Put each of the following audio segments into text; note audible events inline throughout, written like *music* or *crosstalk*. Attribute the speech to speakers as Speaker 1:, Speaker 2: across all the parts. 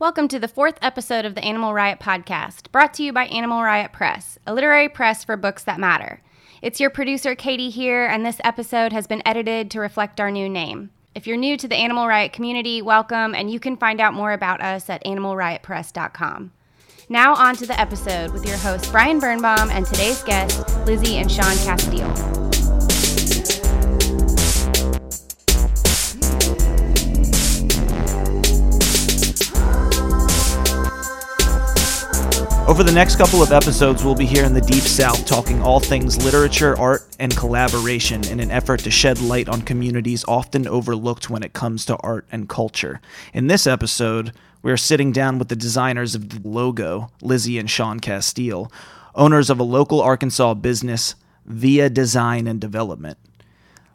Speaker 1: Welcome to the fourth episode of the Animal Riot podcast, brought to you by Animal Riot Press, a literary press for books that matter. It's your producer, Katie, here, and this episode has been edited to reflect our new name. If you're new to the Animal Riot community, welcome, and you can find out more about us at animalriotpress.com. Now, on to the episode with your hosts, Brian Birnbaum, and today's guests, Lizzie and Sean Castile.
Speaker 2: Over the next couple of episodes, we'll be here in the Deep South talking all things literature, art, and collaboration in an effort to shed light on communities often overlooked when it comes to art and culture. In this episode, we're sitting down with the designers of the logo, Lizzie and Sean Castile, owners of a local Arkansas business, Via Design and Development.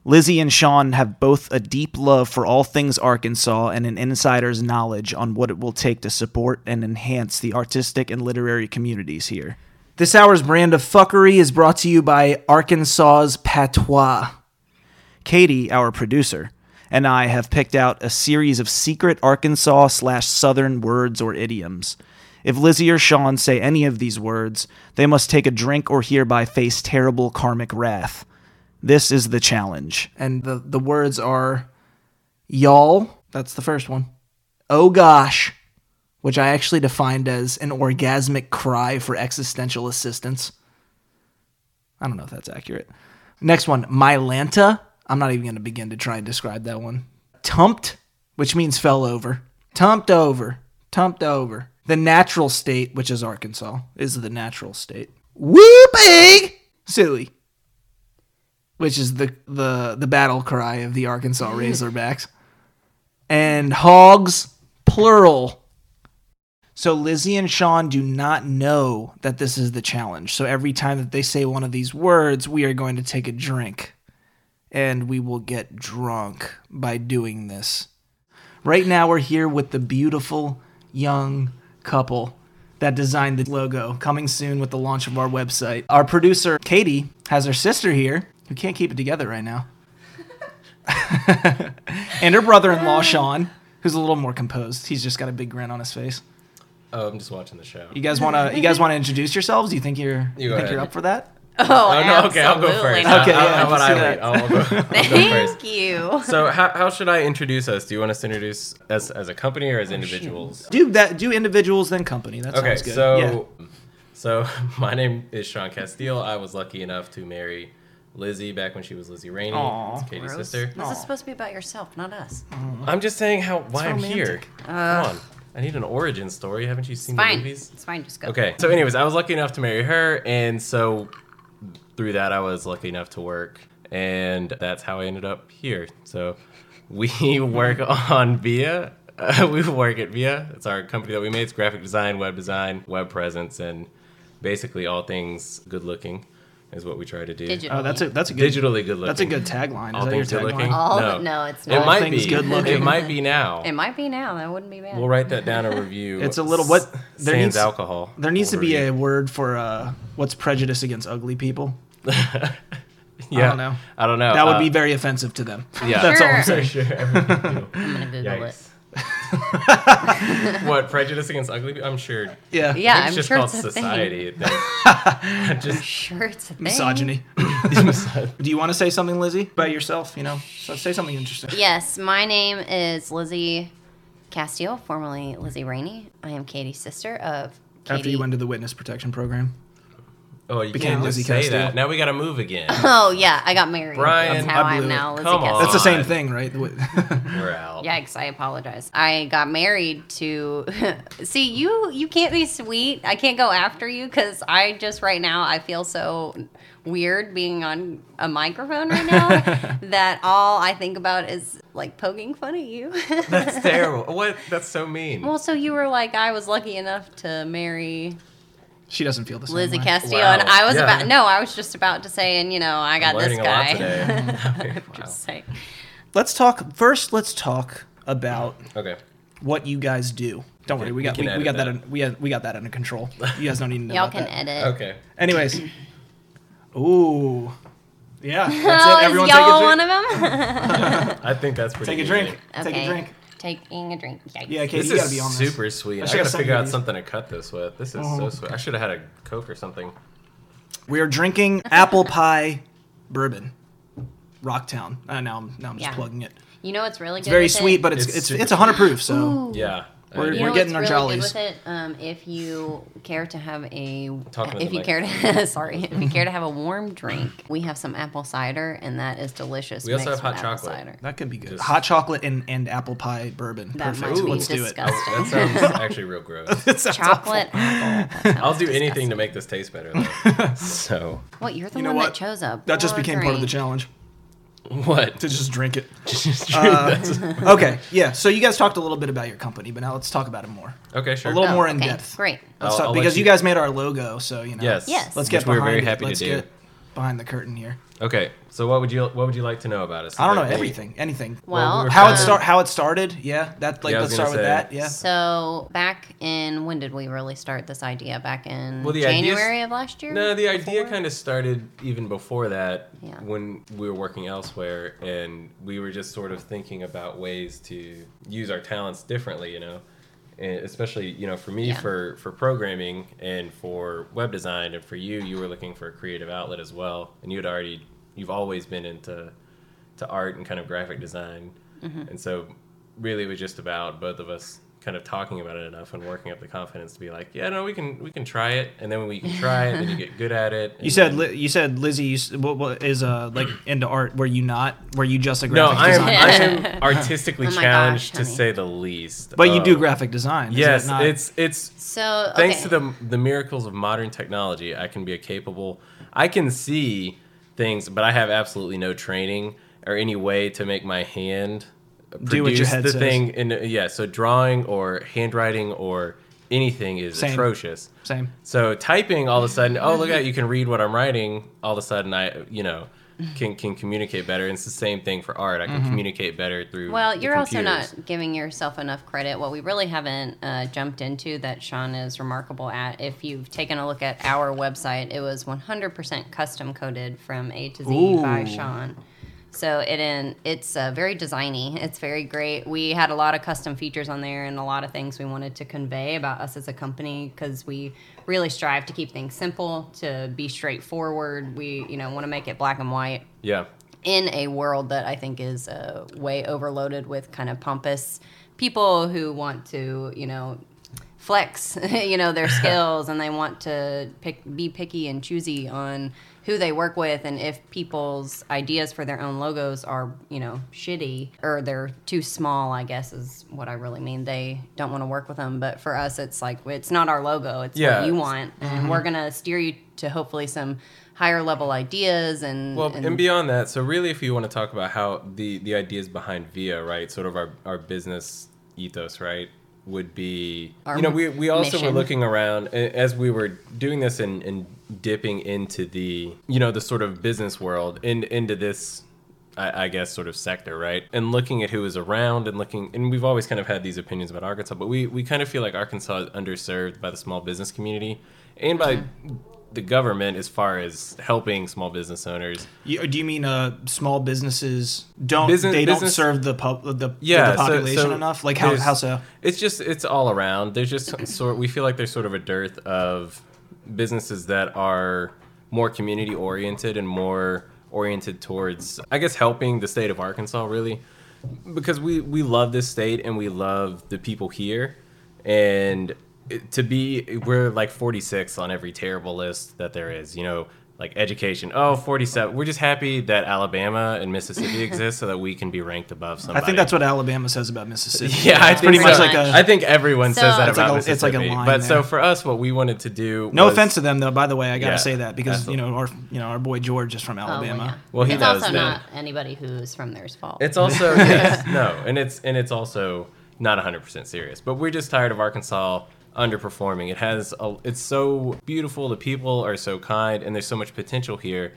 Speaker 2: Lizzie and Sean have both a deep love for all things Arkansas and an insider's knowledge on what it will take to support and enhance the artistic and literary communities here. This hour's brand of fuckery is brought to you by Arkansas's Patois. Katie, our producer, and I have picked out a series of secret Arkansas slash Southern words or idioms. If Lizzie or Sean say any of these words, they must take a drink or hereby face terrible karmic wrath. This is the challenge.
Speaker 3: and the the words are y'all that's the first one oh gosh which i actually defined as an orgasmic cry for existential assistance i don't know if that's accurate next one mylanta i'm not even going to begin to try and describe that one tumped which means fell over tumped over tumped over the natural state which is arkansas is the natural state whooping silly which is the the the battle cry of the Arkansas Razorbacks, and hogs plural. So Lizzie and Sean do not know that this is the challenge. So every time that they say one of these words, we are going to take a drink, and we will get drunk by doing this. Right now, we're here with the beautiful young couple that designed the logo, coming soon with the launch of our website. Our producer, Katie, has her sister here, who can't keep it together right now, *laughs* and her brother in law, Sean, who's a little more composed. He's just got a big grin on his face.
Speaker 4: Oh, I'm just watching the show.
Speaker 3: You guys want to? You guys want to introduce yourselves? You think you're?
Speaker 4: You
Speaker 3: You
Speaker 4: go
Speaker 3: think
Speaker 4: ahead.
Speaker 3: you're up for that?
Speaker 1: Oh,
Speaker 4: oh no, okay, I'll go
Speaker 1: absolutely
Speaker 4: first.
Speaker 1: not.
Speaker 3: Okay,
Speaker 4: How-
Speaker 3: yeah,
Speaker 4: how about
Speaker 3: let's do
Speaker 4: I
Speaker 3: that.
Speaker 4: wait? I'll go, I'll
Speaker 3: *laughs*
Speaker 4: go first. *laughs*
Speaker 1: Thank you.
Speaker 4: So, how, how should I introduce us? Do you want us to introduce us as a company or as individuals?
Speaker 3: Do that? Do individuals then company? That
Speaker 4: Okay,
Speaker 3: sounds Oh, good.
Speaker 4: so so *laughs* my name is Sean Castile. I was lucky enough to marry Lizzie back when she was Lizzie Rainey,
Speaker 3: Aw,
Speaker 4: It's Katie's
Speaker 3: gross.
Speaker 4: sister.
Speaker 5: This is supposed to be about yourself, not us.
Speaker 4: I'm just saying how why I'm here.
Speaker 3: romantic.
Speaker 4: Come on, I need an origin story. Haven't you seen the
Speaker 5: Fine.
Speaker 4: movies?
Speaker 5: It's fine. Just go.
Speaker 4: Okay. So, anyways, I was lucky enough to marry her, and so through that, I was lucky enough to work, and that's how I ended up here. So, we *laughs* work on Via. *laughs* Uh, we work at Via. It's our company that we made. It's graphic design, web design, web presence, and basically all things good looking is what we try to do.
Speaker 5: Did you?
Speaker 3: Yeah. Oh, that's a that's a good.
Speaker 4: Digitally good looking.
Speaker 3: That's a good tagline.
Speaker 4: All
Speaker 3: Is that your
Speaker 4: things good
Speaker 3: tagline?
Speaker 4: looking.
Speaker 3: Uh,
Speaker 5: All- no, it's
Speaker 4: It
Speaker 5: not.
Speaker 4: might
Speaker 3: Things
Speaker 4: be
Speaker 3: good
Speaker 4: It
Speaker 3: looking.
Speaker 4: might be now.
Speaker 5: It might be now. That wouldn't be bad.
Speaker 4: We'll write that down and review.
Speaker 3: It's a little- what- there
Speaker 4: Sans
Speaker 3: needs-
Speaker 4: alcohol.
Speaker 3: There needs to
Speaker 4: We'll
Speaker 3: be a
Speaker 4: review.
Speaker 3: word for uh, what's prejudice against ugly people.
Speaker 4: Yeah.
Speaker 3: don't know.
Speaker 4: I don't know.
Speaker 3: That would
Speaker 4: Uh,
Speaker 3: be
Speaker 4: *laughs*
Speaker 3: very offensive to them. *laughs*
Speaker 4: yeah.
Speaker 3: That's all I'm
Speaker 5: Sure.
Speaker 3: saying.
Speaker 4: sure. *laughs*
Speaker 5: I'm gonna Google
Speaker 4: Yikes. *laughs* what prejudice against ugly? people? I'm sure.
Speaker 3: Yeah.
Speaker 5: it. Yeah,
Speaker 4: it's
Speaker 5: I'm
Speaker 4: just
Speaker 5: sure
Speaker 4: called
Speaker 5: it's a *laughs*
Speaker 4: society. that- *laughs*
Speaker 5: thing.
Speaker 4: just
Speaker 5: Sure, it's a
Speaker 4: *laughs*
Speaker 5: thing.
Speaker 3: Misogyny. *laughs* Do you want to say something, Lizzie, about yourself? You know, so say something interesting.
Speaker 5: Yes, my name is Lizzie Castile, formerly Lizzie Rainey. I am Katie's sister of Katie.
Speaker 3: After you went to the witness protection program,
Speaker 4: oh, you
Speaker 3: Became
Speaker 4: can't just
Speaker 3: Lizzie
Speaker 4: say
Speaker 3: Castile.
Speaker 4: that. Now we got to move again.
Speaker 5: Oh yeah, I got married.
Speaker 4: Brian,
Speaker 5: that's how
Speaker 3: I
Speaker 5: I'm
Speaker 3: blew it.
Speaker 5: now Lizzie
Speaker 4: Come on.
Speaker 5: Castile.
Speaker 3: that's the same
Speaker 4: God.
Speaker 3: thing, right? The wit-
Speaker 4: We're out.
Speaker 5: Yikes! I apologize. I got married to. *laughs* See, you you can't be sweet. I can't go after you because I just right now I feel so weird being on a microphone
Speaker 4: *laughs*
Speaker 5: right now that all I think about is like poking fun at you.
Speaker 4: *laughs* That's terrible. What? That's so mean.
Speaker 5: *laughs* well, so you were like, I was lucky enough to marry
Speaker 3: *laughs* she doesn't feel the same.
Speaker 5: Lizzie
Speaker 3: way.
Speaker 5: Castillo,
Speaker 4: Wow.
Speaker 5: and I was
Speaker 4: Yeah.
Speaker 5: about no, I was just about to say, and you know, I got
Speaker 4: I'm
Speaker 5: this
Speaker 4: learning a lot
Speaker 5: guy. *laughs*
Speaker 4: today. *laughs* Wow.
Speaker 5: just saying.
Speaker 3: Let's talk first. Let's talk about
Speaker 4: Okay.
Speaker 3: what you guys do. Don't worry, we
Speaker 4: We
Speaker 3: got
Speaker 4: can
Speaker 3: we, we
Speaker 4: edit
Speaker 3: got that,
Speaker 4: that.
Speaker 3: un- we got, we got that under control. You guys don't need to know.
Speaker 5: Y'all
Speaker 3: about
Speaker 5: can
Speaker 3: that.
Speaker 5: edit. *laughs*
Speaker 4: Okay. *laughs*
Speaker 3: Anyways, ooh, yeah, that's
Speaker 5: Oh, *laughs*
Speaker 3: it.
Speaker 5: is
Speaker 3: Everyone
Speaker 5: y'all
Speaker 3: take a
Speaker 5: one
Speaker 3: drink.
Speaker 4: *laughs*
Speaker 5: of them?
Speaker 4: I think that's pretty.
Speaker 3: Take a
Speaker 4: good.
Speaker 3: drink. Take a
Speaker 5: Okay.
Speaker 3: drink.
Speaker 5: taking a drink. Yikes.
Speaker 6: Yeah, Katie,
Speaker 4: This
Speaker 6: you gotta
Speaker 4: is
Speaker 6: be on this.
Speaker 4: super sweet. I,
Speaker 6: should've
Speaker 4: gotta
Speaker 6: sent
Speaker 4: figure
Speaker 6: you
Speaker 4: out
Speaker 6: these.
Speaker 4: something to cut this with. This is so sweet. I should have had a Coke or something.
Speaker 6: We are drinking
Speaker 5: *laughs*
Speaker 6: apple pie bourbon, Rocktown. Uh, now I'm now I'm just
Speaker 5: Yeah.
Speaker 6: plugging it.
Speaker 5: You know what's really good.
Speaker 6: It's very
Speaker 5: with
Speaker 6: sweet,
Speaker 5: it?
Speaker 6: but it's
Speaker 4: It's
Speaker 6: it's
Speaker 4: super
Speaker 6: it's, a 100 proof. So
Speaker 4: Yeah. I
Speaker 6: We're-
Speaker 4: did.
Speaker 5: You know
Speaker 6: we're getting
Speaker 5: what's
Speaker 6: our
Speaker 5: really
Speaker 6: jollies.
Speaker 5: Good with it, um, if you care to have a,
Speaker 4: Talking to
Speaker 5: if
Speaker 4: the
Speaker 5: you
Speaker 4: mic.
Speaker 5: care to, *laughs* sorry, if you care to have a
Speaker 6: *laughs*
Speaker 5: warm drink, we have some apple cider, and that is delicious.
Speaker 4: We also
Speaker 5: mixed
Speaker 4: have
Speaker 5: with
Speaker 4: hot
Speaker 5: apple
Speaker 4: chocolate.
Speaker 5: Cider.
Speaker 6: that could be good.
Speaker 4: Just-
Speaker 6: Hot chocolate and, and apple pie bourbon.
Speaker 5: That
Speaker 6: Perfect.
Speaker 5: might be
Speaker 6: Let's do it.
Speaker 5: disgusting.
Speaker 4: that sounds actually real gross.
Speaker 6: That sounds awful.
Speaker 5: chocolate apple. That
Speaker 4: I'll
Speaker 5: sounds
Speaker 4: *laughs* do anything
Speaker 5: disgusting.
Speaker 4: to make this taste better. *laughs* Though. so
Speaker 5: What you're the
Speaker 6: You know
Speaker 5: one
Speaker 6: what?
Speaker 5: that chose
Speaker 6: *laughs*
Speaker 5: up.
Speaker 6: That just became part of the challenge
Speaker 4: what? *laughs*
Speaker 6: to just drink it. Uh,
Speaker 4: That's-
Speaker 6: okay, yeah. So you guys talked a little bit about your company, but now let's talk about it more.
Speaker 4: *laughs* okay, sure.
Speaker 6: A little more in
Speaker 5: okay,
Speaker 6: depth.
Speaker 5: Great.
Speaker 6: Let's
Speaker 4: I'll-
Speaker 6: talk
Speaker 4: I'll let
Speaker 6: because you,
Speaker 4: you-
Speaker 6: guys made our logo, so you know.
Speaker 4: Yes.
Speaker 5: Yes.
Speaker 6: Let's get
Speaker 4: Which
Speaker 6: behind.
Speaker 4: We're very
Speaker 6: it.
Speaker 4: happy
Speaker 6: let's
Speaker 4: to do.
Speaker 6: get behind the curtain here.
Speaker 4: Okay, so what would you what would you like to know about us?
Speaker 6: I don't know
Speaker 4: Like, maybe-
Speaker 6: everything, anything.
Speaker 5: Well,
Speaker 4: we were
Speaker 6: how
Speaker 4: Um,
Speaker 6: it start, how it started. Yeah, that like
Speaker 4: Yeah, I
Speaker 6: let's
Speaker 4: was
Speaker 6: start with
Speaker 4: gonna
Speaker 6: that.
Speaker 4: say.
Speaker 6: Yeah,
Speaker 5: So back in when did we really start this idea? Back in
Speaker 4: Well, the ideas-
Speaker 5: January of last year.
Speaker 4: No, the idea
Speaker 5: Before?
Speaker 4: kind of started even before that
Speaker 5: Yeah.
Speaker 4: when we were working elsewhere and we were just sort of thinking about ways to use our talents differently, you know. And especially, you know, for me
Speaker 5: Yeah.
Speaker 4: for for programming and for web design and for you you were looking for a creative outlet as well and you had already you've always been into to art and kind of graphic design.
Speaker 5: Mm-hmm.
Speaker 4: And so really it was just about both of us kind of talking about it enough and working up the confidence to be like, yeah, no, we can we can try it. And then when we can try it, then you get good at it.
Speaker 3: You said Li- you said Lizzie you s- what, what is uh like into art. Were you not? Were you just a
Speaker 4: *laughs* No,
Speaker 3: graphic
Speaker 4: I am,
Speaker 3: designer?
Speaker 4: I am
Speaker 5: *laughs*
Speaker 4: artistically
Speaker 5: Oh my gosh,
Speaker 4: challenged to
Speaker 5: honey.
Speaker 4: say the least.
Speaker 3: But you do
Speaker 4: Um,
Speaker 3: graphic design. is that
Speaker 4: Yes,
Speaker 3: not-
Speaker 4: it's it's
Speaker 5: So okay.
Speaker 4: thanks to the the miracles of modern technology, I can be a capable. I can see things, but I have absolutely no training or any way to make my hand
Speaker 3: Do what your
Speaker 4: produce
Speaker 3: head
Speaker 4: the
Speaker 3: says.
Speaker 4: thing. In yeah, so drawing or handwriting or anything is
Speaker 3: Same.
Speaker 4: atrocious.
Speaker 3: same.
Speaker 4: So typing all of a sudden, oh look at you can read what I'm writing. All of a sudden, I you know can can communicate better. And it's the same thing for art. I can
Speaker 3: Mm-hmm.
Speaker 4: communicate better through.
Speaker 5: Well,
Speaker 4: the
Speaker 5: you're also
Speaker 4: computers.
Speaker 5: not giving yourself enough credit. What we really haven't uh, jumped into that Sean is remarkable at, if you've taken a look at our website, it was 100% custom coded from A to Z by
Speaker 6: Ooh.
Speaker 5: Sean. So it in, it's uh, very designy. It's very great. We had a lot of custom features on there and a lot of things we wanted to convey about us as a company because we really strive to keep things simple, to be straightforward. We you know want to make it black and white
Speaker 4: Yeah.
Speaker 5: in a world that I think is uh, way overloaded with kind of pompous people who want to, you know, flex, *laughs* you
Speaker 4: *laughs*
Speaker 5: know, their skills and they want to pick, be picky and choosy on who they work with and if people's ideas for their own logos are, you know, shitty or they're too small, I guess is what I really mean. They don't want to work with them, but for us it's like it's not our logo, it's
Speaker 4: Yeah. Mm-hmm.
Speaker 5: what you want. And we're going to steer you to hopefully some higher level ideas Mm, and
Speaker 4: Well, and, beyond that, so really, if you want to talk about how the the ideas behind Via, right, sort of our our business ethos, right, would be,
Speaker 5: Our
Speaker 4: you know, we we also
Speaker 5: mission.
Speaker 4: were looking around a- as we were doing this and and dipping into the you know the sort of business world and into this. I I guess sort of sector, right? And looking at who is around and looking, and we've always kind of had these opinions about Arkansas, but we, we kind of feel like Arkansas is underserved by the small business community and by
Speaker 5: Mm-hmm.
Speaker 4: the government as far as helping small business owners
Speaker 3: You, do you mean uh small businesses don't
Speaker 4: Business-
Speaker 3: they don't
Speaker 4: business-
Speaker 3: serve the pub the,
Speaker 4: yeah,
Speaker 3: the
Speaker 4: so-
Speaker 3: population
Speaker 4: so
Speaker 3: enough? Like how
Speaker 4: there's-
Speaker 3: how so?
Speaker 4: It's just it's all around. There's just sort we feel like there's sort of a dearth of businesses that are more community oriented and more oriented towards I guess helping the state of Arkansas really because we we love this state and we love the people here and it- to be we're like 46 on every terrible list that there is you know like education oh 47 we're just happy that alabama and mississippi *laughs* exist so that we can be ranked above
Speaker 3: I
Speaker 4: somebody
Speaker 3: think that's what Alabama says about Mississippi.
Speaker 4: *laughs*
Speaker 3: *laughs*
Speaker 4: yeah, I
Speaker 3: it's
Speaker 4: think
Speaker 3: pretty much
Speaker 4: so.
Speaker 3: like a.
Speaker 4: I think everyone
Speaker 5: So-
Speaker 4: says that
Speaker 5: It's
Speaker 4: about
Speaker 3: like a-
Speaker 4: Mississippi.
Speaker 3: it's like a line
Speaker 4: but
Speaker 3: there.
Speaker 4: so for us, what we wanted to do.
Speaker 3: no
Speaker 4: was-
Speaker 3: offense to them though. By the way, I gotta
Speaker 4: Yeah,
Speaker 3: say that because
Speaker 4: absolutely.
Speaker 3: you know our you know our boy George is from
Speaker 5: Oh,
Speaker 3: Alabama.
Speaker 4: Well, he
Speaker 5: it's
Speaker 4: knows
Speaker 5: also
Speaker 4: that.
Speaker 5: not anybody who's from theirs fault.
Speaker 3: *laughs*
Speaker 4: It's also yes, no, and it's and it's also not 100 percent serious. But we're just tired of Arkansas underperforming. It has a, it's so beautiful. The people are so kind, and there's so much potential here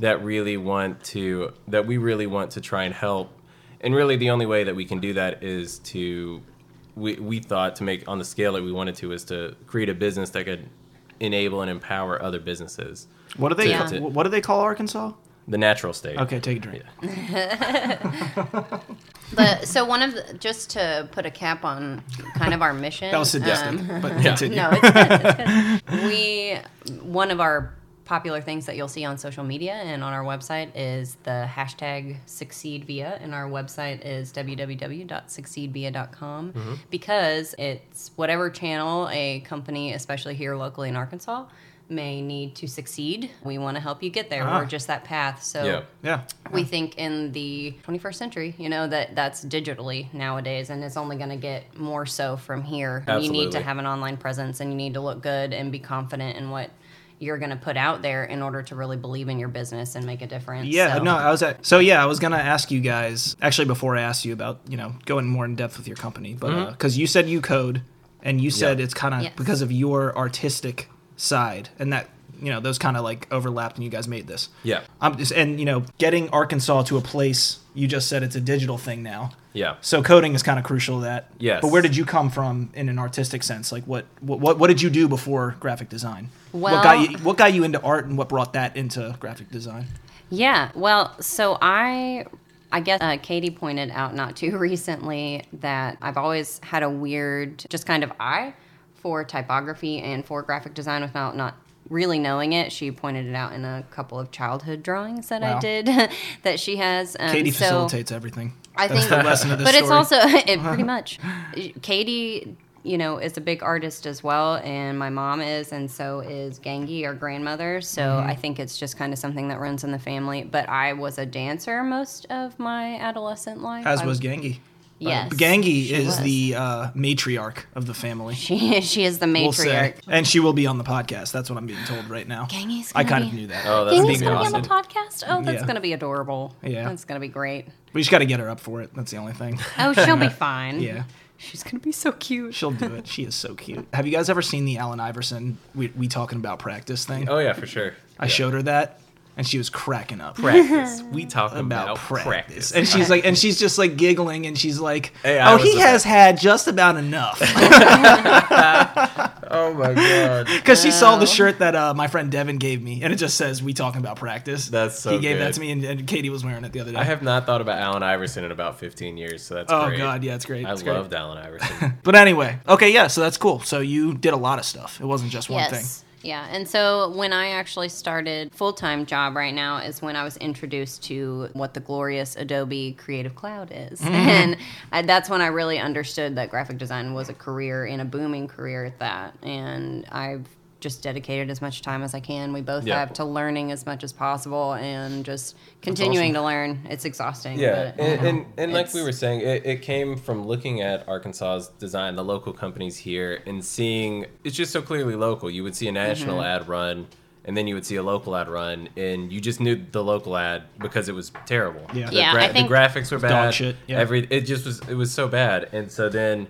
Speaker 4: that really want to that we really want to try and help. And really, the only way that we can do that is to we, we thought to make on the scale that we wanted to is to create a business that could enable and empower other businesses.
Speaker 3: What do they
Speaker 4: Yeah.
Speaker 3: call- what do they call Arkansas?
Speaker 4: The natural state.
Speaker 3: Okay, take a drink.
Speaker 5: But so one of the, just to put a cap on kind of our
Speaker 3: *laughs*
Speaker 5: mission.
Speaker 7: That was sadistic,
Speaker 5: um, *laughs*
Speaker 7: but continue.
Speaker 5: no, it's good. It's good. We one of our popular things that you'll see on social media and on our website is the hashtag succeed via and our website is www.succeedvia.com because it's whatever channel a company especially here locally in arkansas may need to succeed we want to help you get there
Speaker 7: Ah.
Speaker 5: or just that path so
Speaker 4: Yeah.
Speaker 7: Yeah.
Speaker 5: we think in the 21st century you know that that's digitally nowadays and it's only going to get more so from here you need to
Speaker 4: Absolutely.
Speaker 5: have an online presence and you need to look good and be confident in what you're going to put out there in order to really believe in your business and make a difference
Speaker 7: Yeah,
Speaker 5: So-
Speaker 3: No, I was at. So yeah, I was gonna ask you guys actually before I asked you about you know going more in depth with your company, but because you said you code and you said
Speaker 4: Mm-hmm. Yeah.
Speaker 3: it's kind of
Speaker 5: Yes.
Speaker 3: because of your artistic side and that you know those kind of like overlapped and you guys made this.
Speaker 4: Yeah.
Speaker 3: I'm just and you know getting Arkansas to a place you just said it's a digital thing now.
Speaker 4: Yeah.
Speaker 3: So coding is kind of crucial to that.
Speaker 4: Yes.
Speaker 3: But where did you come from in an artistic sense? Like what what what, what did you do before graphic design? what got
Speaker 5: Well-
Speaker 3: you what got you into art and what brought that into graphic design?
Speaker 5: Yeah. Well, so I, I guess uh, Katie pointed out not too *laughs* recently that I've always had a weird, just kind of eye for typography and for graphic design without not really knowing it. She pointed it out in a couple of childhood drawings that
Speaker 3: Wow.
Speaker 5: I did *laughs* that she has. Um,
Speaker 3: Katie
Speaker 5: so-
Speaker 3: facilitates everything.
Speaker 5: I
Speaker 3: That's
Speaker 5: think
Speaker 3: the lesson of this
Speaker 5: *laughs* But it's
Speaker 3: story.
Speaker 5: also it pretty much Katie, you know, is a big artist as well, and my mom is, and so is Gangi, our grandmother. So I think it's just kind of something that runs in the family. But I was a dancer most of my adolescent life.
Speaker 3: As
Speaker 5: I-
Speaker 3: was Gangi.
Speaker 5: yes,
Speaker 3: Gangi
Speaker 5: she
Speaker 3: is
Speaker 5: was.
Speaker 3: the uh, matriarch of the family.
Speaker 5: *laughs* she, she is the
Speaker 3: We'll say.
Speaker 5: matriarch.
Speaker 3: And she will be on the podcast. That's what I'm being told right now.
Speaker 5: Gangi's
Speaker 3: I
Speaker 5: gonna
Speaker 3: kind
Speaker 5: be-
Speaker 3: of knew that.
Speaker 4: Oh, that's
Speaker 5: Gangi's
Speaker 4: gonna be
Speaker 5: gonna be on
Speaker 4: awesome.
Speaker 5: the podcast. Oh, that's
Speaker 3: Yeah.
Speaker 5: gonna be adorable.
Speaker 3: Yeah.
Speaker 5: that's gonna be great.
Speaker 3: We just got to get her up for it. That's the only thing.
Speaker 5: Oh,
Speaker 3: *laughs*
Speaker 5: she'll be fine.
Speaker 3: Yeah.
Speaker 5: she's gonna be so cute.
Speaker 3: She'll do it. She is so cute. Have you guys ever seen the Allen Iverson we, we talking about practice thing?
Speaker 4: Oh yeah, for sure.
Speaker 3: I showed her that and she was cracking up.
Speaker 4: Practice.
Speaker 3: *laughs*
Speaker 4: We talk
Speaker 3: about,
Speaker 4: about,
Speaker 3: practice.
Speaker 4: practice.
Speaker 3: And she's like, and she's just like giggling, and she's like,
Speaker 4: Hey, I
Speaker 3: "Oh,
Speaker 4: was
Speaker 3: he
Speaker 4: a-
Speaker 3: has had just about enough,"
Speaker 4: oh my god.
Speaker 3: because she saw the shirt that uh, my friend Devin gave me, and it just says, "We talking about practice."
Speaker 4: That's so
Speaker 3: He gave that
Speaker 4: good.
Speaker 3: to me, and, and Katie was wearing it the other day.
Speaker 4: *laughs* I have not thought about Allen Iverson in about 15 years, so that's
Speaker 3: oh
Speaker 4: great.
Speaker 3: god, yeah, it's great.
Speaker 4: I
Speaker 3: It's great.
Speaker 4: loved Allen Iverson.
Speaker 3: *laughs* But anyway, okay, yeah, so that's cool. So you did a lot of stuff. It wasn't just one thing.
Speaker 5: Yeah. And so when I actually started full time job right now is when I was introduced to what the glorious Adobe Creative Cloud is.
Speaker 4: Mm-hmm.
Speaker 5: *laughs* And I, that's when I really understood that graphic design was a career and a booming career at that. And I've just dedicated as much time as I can. We both
Speaker 4: Yeah.
Speaker 5: have to learning as much as possible and just continuing to learn. It's exhausting.
Speaker 4: yeah,
Speaker 5: but-
Speaker 4: and,
Speaker 3: um,
Speaker 4: and, and like
Speaker 5: It's-
Speaker 4: we were saying, it, it came from looking at Arkansas's design, the local companies here, and seeing it's just so clearly local. You would see a national
Speaker 3: Mm-hmm.
Speaker 4: ad run, and then you would see a local ad run, and you just knew the local ad because it was terrible.
Speaker 3: Yeah.
Speaker 4: the,
Speaker 5: Yeah, I think-
Speaker 4: the graphics were bad.
Speaker 3: shit, yeah.
Speaker 4: Every it just was it was so bad, and so then.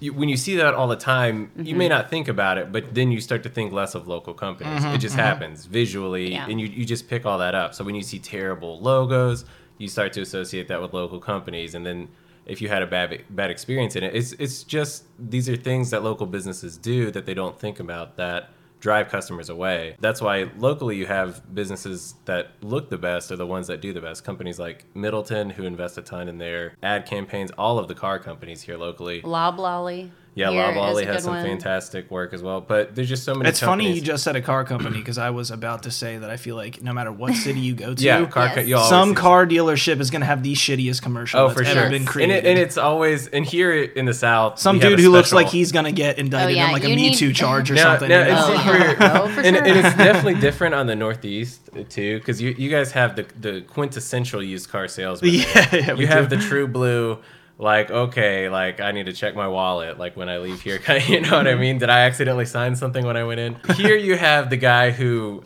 Speaker 4: you, when you see that all the time, you may not think about it, but then you start to think less of local companies. It just happens visually,
Speaker 5: Yeah.
Speaker 4: and you, you just pick all that up. So when you see terrible logos, you start to associate that with local companies, and then if you had a bad bad experience in it, it's it's just these are things that local businesses do that they don't think about that drive customers away. That's why locally you have businesses that look the best are the ones that do the best. Companies like Middleton who invest a ton in their ad campaigns, all of the car companies here locally.
Speaker 5: Loblolly.
Speaker 4: Yeah,
Speaker 5: here
Speaker 4: Lob
Speaker 5: is
Speaker 4: Ollie
Speaker 5: a
Speaker 4: has
Speaker 5: good
Speaker 4: some
Speaker 5: one.
Speaker 4: fantastic work as well. But there's just so many.
Speaker 3: It's funny you
Speaker 4: companies-
Speaker 3: just said a car company because I was about to say that I feel like no matter what city you
Speaker 4: *laughs*
Speaker 3: go to,
Speaker 4: yeah, car.
Speaker 5: Yes.
Speaker 4: co- you always
Speaker 3: some
Speaker 4: see-
Speaker 3: car dealership is going to have the shittiest commercial
Speaker 4: Oh,
Speaker 3: that's
Speaker 4: for
Speaker 3: ever
Speaker 4: sure.
Speaker 3: been
Speaker 5: Yes.
Speaker 3: created.
Speaker 4: And, it, and it's always and here in the South,
Speaker 3: some
Speaker 4: we have a
Speaker 3: dude who looks
Speaker 4: special-
Speaker 3: like he's going to get indicted
Speaker 5: Oh, yeah,
Speaker 3: on like a
Speaker 5: you
Speaker 3: Me
Speaker 5: need-
Speaker 3: Too charge or
Speaker 4: No,
Speaker 3: something.
Speaker 4: no,
Speaker 3: you know?
Speaker 4: it's
Speaker 5: Oh,
Speaker 4: different.
Speaker 5: yeah. *laughs* Oh, for
Speaker 4: and,
Speaker 5: sure.
Speaker 4: and it's definitely different on the Northeast too, because you you guys have the the quintessential used
Speaker 3: *laughs*
Speaker 4: car salesman.
Speaker 3: Yeah, *laughs* yeah, we
Speaker 4: you have
Speaker 3: do.
Speaker 4: the true blue. Like okay, like I need to check my wallet. Like when I leave here, *laughs* you know what I mean? Did I accidentally sign something when I went in? Here you have the guy who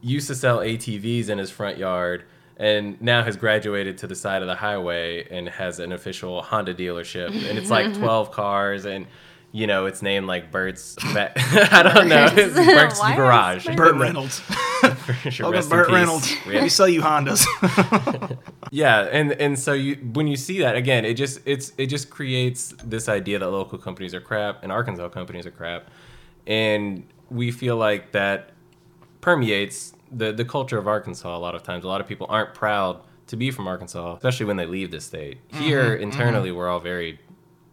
Speaker 4: used to sell ATVs in his front yard and now has graduated to the side of the highway and has an official Honda dealership and it's like 12 cars and you know it's named like Bert's Ba- *laughs* I don't know it's
Speaker 5: Bert's.
Speaker 4: Bert's
Speaker 5: Why is
Speaker 4: Garage
Speaker 5: Bert-
Speaker 3: Burt Reynolds.
Speaker 4: *laughs*
Speaker 3: *laughs*
Speaker 4: Sure,
Speaker 3: Welcome,
Speaker 4: rest in
Speaker 3: Burt
Speaker 4: peace.
Speaker 3: Reynolds.
Speaker 4: Yeah.
Speaker 3: We sell you Hondas.
Speaker 4: Yeah, and and so you when you see that again, it just it's it just creates this idea that local companies are crap and Arkansas companies are crap, and we feel like that permeates the the culture of Arkansas. A lot of times, a lot of people aren't proud to be from Arkansas, especially when they leave the state.
Speaker 3: Mm-hmm,
Speaker 4: Here internally, we're all very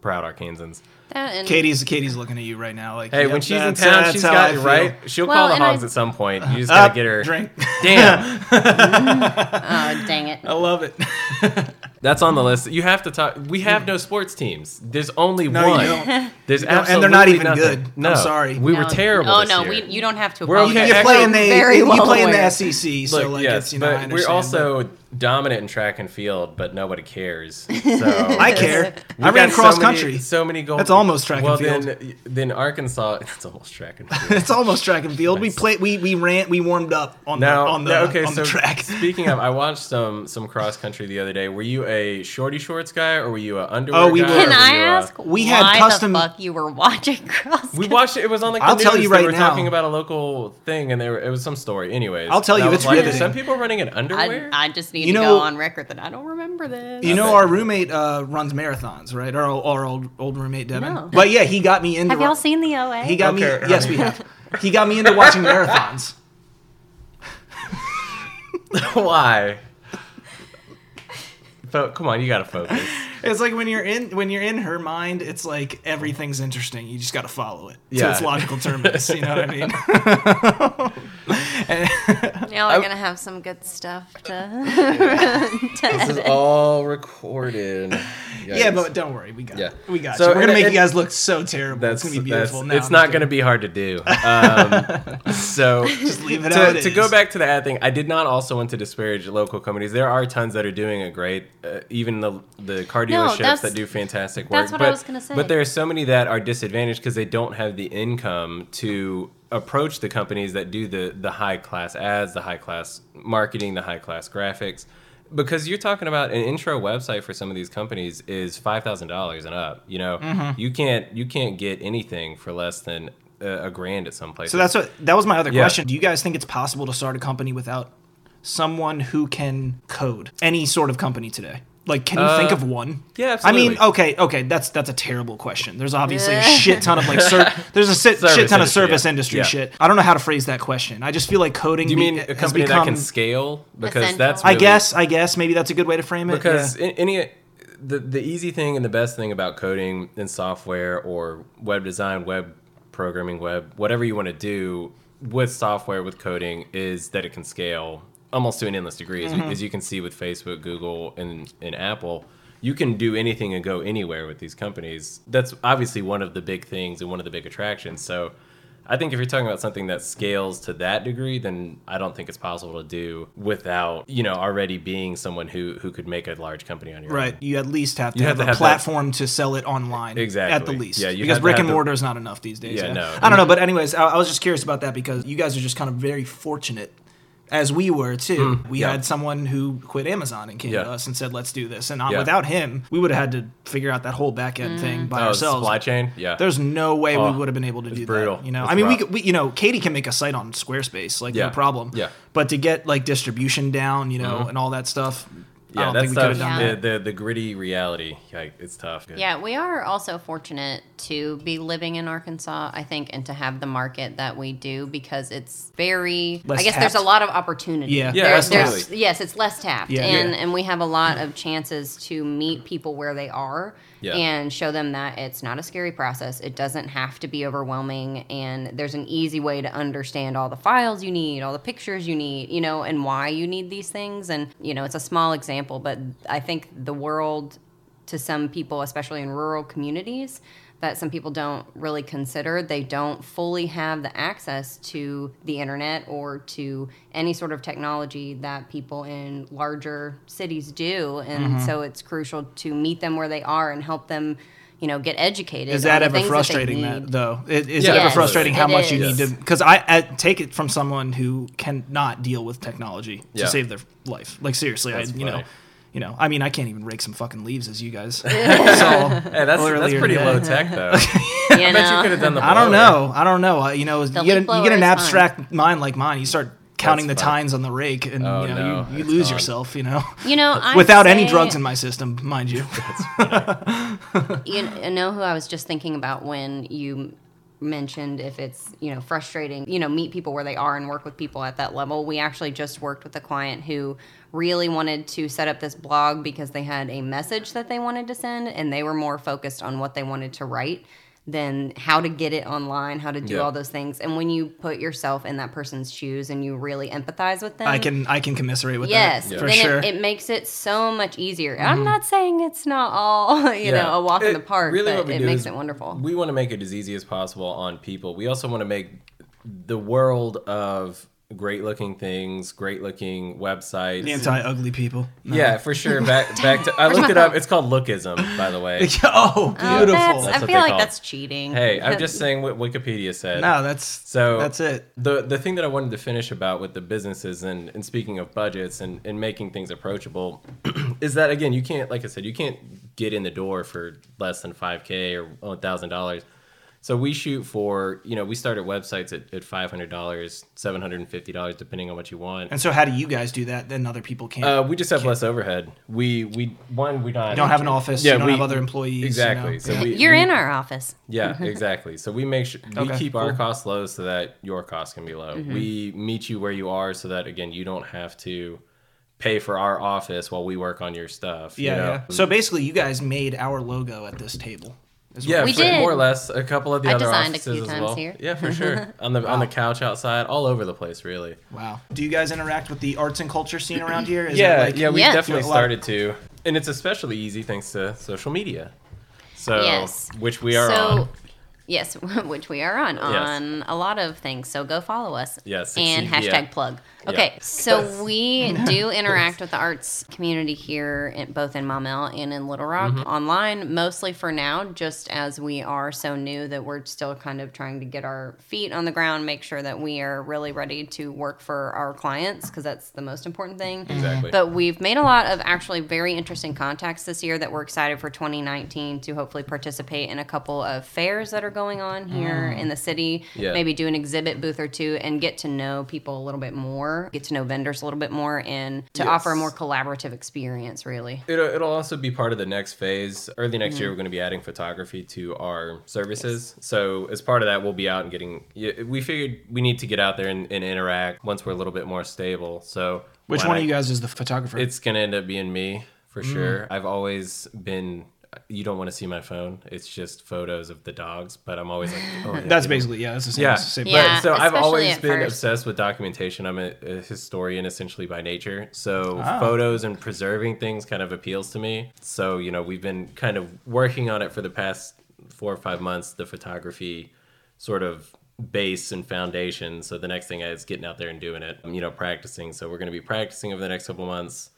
Speaker 4: proud Arkansans.
Speaker 5: That and
Speaker 3: Katie's Katie's looking at you right now like
Speaker 4: Hey,
Speaker 3: yep,
Speaker 4: when she's in
Speaker 3: that's-
Speaker 4: town,
Speaker 3: that's
Speaker 4: she's
Speaker 3: how
Speaker 4: got
Speaker 3: I
Speaker 4: it
Speaker 3: feel.
Speaker 4: right. She'll
Speaker 5: Well,
Speaker 4: call
Speaker 5: and
Speaker 4: the hogs
Speaker 5: I-
Speaker 4: at some point. You just
Speaker 3: Up,
Speaker 4: gotta get her.
Speaker 3: drink. *laughs*
Speaker 4: Damn,
Speaker 5: oh dang it.
Speaker 3: I love
Speaker 5: *laughs*
Speaker 3: it.
Speaker 4: that's on the list. You have to talk. We have no sports teams. There's only
Speaker 3: No, you
Speaker 4: one.
Speaker 3: don't.
Speaker 4: There's
Speaker 3: don't,
Speaker 4: absolutely
Speaker 3: and they're not even
Speaker 4: nothing.
Speaker 3: good. I'm
Speaker 4: No,
Speaker 3: sorry.
Speaker 4: we were
Speaker 5: No,
Speaker 4: terrible.
Speaker 5: Oh
Speaker 4: this
Speaker 5: no,
Speaker 4: year.
Speaker 5: we you don't have to
Speaker 4: We're
Speaker 5: apologize.
Speaker 4: okay.
Speaker 3: you play in the
Speaker 5: Very
Speaker 3: you
Speaker 5: well
Speaker 3: play in the
Speaker 5: aware.
Speaker 3: SEC, so
Speaker 4: Look,
Speaker 3: like it's
Speaker 4: yes,
Speaker 3: you know I
Speaker 4: but we're
Speaker 3: understand,
Speaker 4: also dominant in track and field, but nobody cares.
Speaker 5: *laughs*
Speaker 4: So
Speaker 3: but I care.
Speaker 4: We
Speaker 3: I ran
Speaker 4: got
Speaker 3: cross
Speaker 4: so many-
Speaker 3: country.
Speaker 4: so many goals.
Speaker 3: That's almost track and
Speaker 4: well,
Speaker 3: field.
Speaker 4: then, then Arkansas. *laughs* It's almost track and
Speaker 3: *laughs*
Speaker 4: field.
Speaker 3: it's almost track and field. We played. We we ran. We warmed up on
Speaker 4: Now,
Speaker 3: the *laughs* on the,
Speaker 4: now, okay,
Speaker 3: on
Speaker 4: so
Speaker 3: the track.
Speaker 4: *laughs* speaking of, I watched some some cross country the other day. Were you a shorty shorts guy or were you a underwear?
Speaker 3: Oh, we
Speaker 4: guy,
Speaker 3: were.
Speaker 4: or
Speaker 5: Can I
Speaker 4: you a-
Speaker 5: ask
Speaker 3: We
Speaker 5: why
Speaker 3: had custom-
Speaker 5: the fuck you were watching cross?
Speaker 4: We watched it. It was on like the
Speaker 3: I'll tell
Speaker 4: news.
Speaker 3: you
Speaker 4: they
Speaker 3: right
Speaker 4: were
Speaker 3: now.
Speaker 4: talking about a local thing, and they were, it was some story. Anyways,
Speaker 3: I'll tell
Speaker 4: And I
Speaker 3: you,
Speaker 4: was
Speaker 3: it's
Speaker 4: like,
Speaker 3: riveting.
Speaker 4: Some people running in underwear.
Speaker 5: I, I just need
Speaker 3: You
Speaker 5: to
Speaker 3: know-
Speaker 5: go on record that I don't remember this.
Speaker 3: *laughs* You know,
Speaker 4: bet.
Speaker 3: our roommate uh, runs marathons, right? Our, our old old roommate Devin.
Speaker 5: No.
Speaker 3: But yeah, he got me into.
Speaker 5: have y'all seen the OA?
Speaker 3: He got
Speaker 4: Okay,
Speaker 3: me. Yes, we have. He got me into
Speaker 5: *laughs*
Speaker 3: watching marathons.
Speaker 4: *laughs* Why? Fo- come on, you gotta focus.
Speaker 3: It's like when you're in when you're in her mind, it's like everything's interesting. You just got to follow it to
Speaker 4: Yeah.
Speaker 3: its logical terminus. You know what I mean?
Speaker 4: *laughs*
Speaker 5: Now we're gonna have some good stuff *laughs* to.
Speaker 4: This is all recorded.
Speaker 3: *laughs* yeah, but don't worry, we got.
Speaker 4: Yeah.
Speaker 3: It. We got.
Speaker 4: So
Speaker 3: you. We're gonna
Speaker 4: it-
Speaker 3: make you
Speaker 4: it-
Speaker 3: guys look so terrible.
Speaker 4: that's
Speaker 3: It's gonna be beautiful.
Speaker 4: That's, it's not gonna be hard to do.
Speaker 3: *laughs*
Speaker 4: Um, so just
Speaker 3: leave it
Speaker 4: to,
Speaker 3: how it
Speaker 4: to
Speaker 3: is.
Speaker 4: go back to the ad thing, I did not also want to disparage local companies. There are tons that are doing it great, uh, even the the car
Speaker 5: No,
Speaker 4: dealerships
Speaker 5: that's-
Speaker 4: that do fantastic work.
Speaker 5: that's what I
Speaker 4: but,
Speaker 5: was gonna say.
Speaker 4: But there are so many that are disadvantaged because they don't have the income to approach the companies that do the the high class ads, the high class marketing, the high class graphics. Because you're talking about an intro website for some of these companies is five thousand dollars and up. You know,
Speaker 3: Mm-hmm.
Speaker 4: you can't you can't get anything for less than a, a grand at some places.
Speaker 3: So that's what that was my other
Speaker 4: Yeah.
Speaker 3: question. Do you guys think it's possible to start a company without someone who can code? Any sort of company today? Like, can you think of one?
Speaker 4: Uh, yeah,
Speaker 3: I mean,
Speaker 4: absolutely.
Speaker 3: okay, okay, that's that's a terrible question. There's obviously a shit ton of like,
Speaker 4: *laughs*
Speaker 3: ser- there's a sit-
Speaker 4: Service
Speaker 3: shit ton of
Speaker 4: industry,
Speaker 3: service
Speaker 4: yeah.
Speaker 3: industry
Speaker 4: Yeah.
Speaker 3: shit. I don't know how to phrase that question. I just feel like coding.
Speaker 4: Do you
Speaker 3: be-
Speaker 4: mean a
Speaker 3: has
Speaker 4: company
Speaker 3: become,
Speaker 4: that can scale? Because
Speaker 5: Essential.
Speaker 4: that's
Speaker 3: I
Speaker 4: really-
Speaker 3: guess, I guess maybe that's a good way to frame it.
Speaker 4: because
Speaker 3: yeah.
Speaker 4: a- any the the easy thing and the best thing about coding and software or web design, web programming, web whatever you want to do with software with coding is that it can scale almost to an endless degree, as,
Speaker 3: Mm-hmm.
Speaker 4: as you can see with Facebook, Google, and and Apple. You can do anything and go anywhere with these companies. That's obviously one of the big things and one of the big attractions. So. I think if you're talking about something that scales to that degree, then I don't think it's possible to do without, you know, already being someone who who could make a large company on your
Speaker 3: Right,
Speaker 4: own.
Speaker 3: you at least have to
Speaker 4: You
Speaker 3: have,
Speaker 4: have to
Speaker 3: a
Speaker 4: have that-
Speaker 3: platform to sell it online, At the
Speaker 4: Exactly.
Speaker 3: least,
Speaker 4: Yeah, you
Speaker 3: because
Speaker 4: have to
Speaker 3: brick
Speaker 4: have
Speaker 3: and
Speaker 4: the-
Speaker 3: mortar is not enough these days.
Speaker 4: Yeah, no.
Speaker 3: I don't know, but anyways, I, I was just curious about that because you guys are just kind of very fortunate, as we were too. we
Speaker 4: Hmm. yeah.
Speaker 3: had someone who quit Amazon and came
Speaker 4: Yeah.
Speaker 3: to us and said, "Let's do this," and uh,
Speaker 4: Yeah.
Speaker 3: without him, we would have had to figure out that whole back end thing by
Speaker 4: Oh,
Speaker 3: ourselves.
Speaker 4: supply chain? Yeah.
Speaker 3: There's no way
Speaker 4: Oh,
Speaker 3: we would have been able to do
Speaker 4: brutal.
Speaker 3: that. You know,
Speaker 4: It's
Speaker 3: I mean, we,
Speaker 4: rough.
Speaker 3: could, we, you know, Katie can make a site on Squarespace, like no
Speaker 4: Yeah.
Speaker 3: problem.
Speaker 4: Yeah. Mm-hmm.
Speaker 3: But to get like distribution down, you know, and all that stuff, I
Speaker 4: Yeah,
Speaker 3: don't
Speaker 4: that
Speaker 3: think we could
Speaker 4: stuff,
Speaker 3: have done
Speaker 5: Yeah.
Speaker 3: that.
Speaker 4: the, the the gritty reality, like it's tough.
Speaker 5: yeah, we are also fortunate to be living in Arkansas, I think, and to have the market that we do because it's very.
Speaker 3: Less
Speaker 5: I guess
Speaker 3: tapped.
Speaker 5: there's a lot of opportunity.
Speaker 3: Yeah.
Speaker 4: Yeah,
Speaker 5: There- there's-
Speaker 4: absolutely.
Speaker 5: yes, it's less tapped,
Speaker 3: Yeah.
Speaker 5: and
Speaker 3: Yeah.
Speaker 5: and we have a lot of chances to meet people where they are.
Speaker 4: Yeah.
Speaker 5: And show them that it's not a scary process. It doesn't have to be overwhelming. And there's an easy way to understand all the files you need, all the pictures you need, you know, and why you need these things. And, you know, it's a small example, but I think the world to some people, especially in rural communities, that some people don't really consider. They don't fully have the access to the internet or to any sort of technology that people in larger cities do. And
Speaker 3: Mm-hmm.
Speaker 5: so it's crucial to meet them where they are and help them, you know, get educated.
Speaker 3: Is that
Speaker 5: on the
Speaker 3: ever
Speaker 5: things they
Speaker 3: frustrating? That,
Speaker 5: need.
Speaker 3: *laughs* though, it, is
Speaker 4: Yeah,
Speaker 3: it ever
Speaker 4: Yes,
Speaker 3: frustrating how
Speaker 5: it
Speaker 3: much you
Speaker 5: is.
Speaker 3: need to? Because I, I take it from someone who cannot deal with technology
Speaker 4: Yeah.
Speaker 3: to save their life. Like seriously, I
Speaker 4: That's
Speaker 3: you know,
Speaker 4: funny.
Speaker 3: you know, I mean, I can't even rake some fucking leaves as you
Speaker 4: *laughs*
Speaker 3: guys. so I
Speaker 4: Hey, that's that's
Speaker 3: Earlier
Speaker 4: pretty
Speaker 3: today.
Speaker 4: low tech
Speaker 3: *laughs*
Speaker 4: though.
Speaker 5: You
Speaker 4: I bet you
Speaker 5: know?
Speaker 4: could have done the.
Speaker 3: don't
Speaker 4: blower.
Speaker 3: know. I don't know. I, you know, you get,
Speaker 5: The
Speaker 3: a,
Speaker 5: leaf
Speaker 3: you
Speaker 5: blower
Speaker 3: get an
Speaker 5: is fine.
Speaker 3: abstract mind like mine. You start counting the
Speaker 4: That's fine.
Speaker 3: tines on the rake, and
Speaker 4: Oh,
Speaker 3: you know,
Speaker 4: no,
Speaker 3: you, you
Speaker 4: it's
Speaker 3: lose
Speaker 4: gone.
Speaker 3: yourself. You
Speaker 5: *laughs*
Speaker 3: know,
Speaker 5: You know, I
Speaker 3: without any
Speaker 5: say-
Speaker 3: drugs in my system, mind you. *laughs*
Speaker 5: you kn- know who I was just thinking about when you mentioned if it's you know frustrating you know meet people where they are and work with people at that level we actually just worked with a client who really wanted to set up this blog because they had a message that they wanted to send and they were more focused on what they wanted to write than how to get it online how to do
Speaker 4: Yeah.
Speaker 5: all those things and when you put yourself in that person's shoes and you really empathize with them
Speaker 3: I can I can commiserate with
Speaker 5: Yes,
Speaker 3: that
Speaker 5: then
Speaker 3: for sure.
Speaker 5: it, it makes it so much easier. I'm not saying it's not all *laughs* you know a walk in
Speaker 4: Mm-hmm. It-
Speaker 5: the park,
Speaker 4: what
Speaker 5: but
Speaker 4: we
Speaker 5: it
Speaker 4: do
Speaker 5: makes
Speaker 4: is
Speaker 5: it wonderful.
Speaker 4: We want to make it as easy as possible on people. We also want to make the world of great looking things, great looking websites.
Speaker 3: Anti ugly
Speaker 4: *laughs*
Speaker 3: people.
Speaker 4: yeah, for sure. Back
Speaker 3: *laughs*
Speaker 4: back to I looked it up. It's called lookism, by the way.
Speaker 3: oh,
Speaker 5: Oh,
Speaker 3: beautiful.
Speaker 5: that's-
Speaker 4: That's what
Speaker 5: I feel
Speaker 4: they
Speaker 5: like
Speaker 4: call it.
Speaker 5: that's cheating.
Speaker 4: Hey, I'm just saying what Wikipedia said.
Speaker 3: no, that's so
Speaker 4: So-
Speaker 3: that's it.
Speaker 4: The the thing that I wanted to finish about with the businesses and, and speaking of budgets and, and making things approachable *clears throat* is that again you can't like I said you can't get in the door for less than five k or one thousand dollars. So we shoot for you know we start at websites at, at five hundred dollars, seven hundred and fifty dollars depending on what you want.
Speaker 3: And so, how do you guys do that? Then other people can't.
Speaker 4: Uh, we just have less overhead. We we one we not
Speaker 3: you don't have an office.
Speaker 4: yeah,
Speaker 3: you don't
Speaker 4: we-
Speaker 3: have other employees. you
Speaker 4: exactly.
Speaker 3: know?
Speaker 4: So we
Speaker 5: You're
Speaker 4: we-
Speaker 5: in Mm-hmm. our office.
Speaker 4: Yeah, exactly. So we make sure we
Speaker 3: Okay,
Speaker 4: keep our costs low so that your costs can be low.
Speaker 5: Mm-hmm.
Speaker 4: We meet you where you are so that again you don't have to pay for our office while we work on your stuff. you
Speaker 3: yeah,
Speaker 4: know?
Speaker 3: yeah. So basically, you guys made our logo at this table. is what-
Speaker 4: Yeah,
Speaker 5: We
Speaker 4: for-
Speaker 5: did.
Speaker 4: more or less a couple of the
Speaker 5: I
Speaker 4: other
Speaker 5: designed a
Speaker 4: offices
Speaker 5: few
Speaker 4: as
Speaker 5: times
Speaker 4: well.
Speaker 5: here.
Speaker 4: Yeah, for
Speaker 5: *laughs*
Speaker 4: sure. on the on the couch outside, all over the place, really.
Speaker 3: Wow. Do you guys interact with the arts and culture scene around here? Is
Speaker 4: yeah,
Speaker 3: that like-
Speaker 4: yeah, we
Speaker 5: Yeah.
Speaker 4: definitely
Speaker 3: Do a lot.
Speaker 4: started to, and it's especially easy thanks to social media. So
Speaker 5: Yes.
Speaker 4: which we are
Speaker 5: so,
Speaker 4: on.
Speaker 5: yes, *laughs* which we are on on a lot of things. So go follow us.
Speaker 4: Yes,
Speaker 5: and
Speaker 4: succeed, yeah.
Speaker 5: hashtag plug. Okay,
Speaker 4: Yeah.
Speaker 5: so we do interact with the arts community here, in, both in Maumelle and in Little Rock,
Speaker 4: Mm-hmm.
Speaker 5: online mostly for now, just as we are so new that we're still kind of trying to get our feet on the ground, make sure that we are really ready to work for our clients because that's the most important thing.
Speaker 4: Exactly.
Speaker 5: But we've made a lot of actually very interesting contacts this year that we're excited for 2019 to hopefully participate in a couple of fairs that are going on here
Speaker 3: Mm.
Speaker 5: in the city.
Speaker 4: Yeah.
Speaker 5: Maybe do an exhibit booth or two and get to know people a little bit more, get to know vendors a little bit more, and to offer a more collaborative experience, really.
Speaker 4: It'll, it'll also be part of the next phase. Early next year, we're going to be adding photography to our services. So, as part of that, we'll be out and getting. y- We figured we need to get out there and, and interact once we're a little bit more stable. So,
Speaker 3: Which
Speaker 4: why
Speaker 3: one
Speaker 4: not?
Speaker 3: of you guys is the photographer?
Speaker 4: It's going to end up being me for sure. I've always been. You don't want to see my phone. It's just photos of the dogs, but I'm always like, oh, yeah,
Speaker 3: that's basically yeah. That's the same.
Speaker 4: yeah.
Speaker 3: That's the same.
Speaker 5: Yeah.
Speaker 4: But, so I've
Speaker 5: especially
Speaker 4: always
Speaker 5: at
Speaker 4: been
Speaker 5: first.
Speaker 4: obsessed with documentation. I'm a, a historian essentially by nature. So photos and preserving things kind of appeals to me. So, you know, we've been kind of working on it for the past four or five months, the photography sort of base and foundation. So the next thing is getting out there and doing it, you know, practicing. So we're going to be practicing over the next couple months.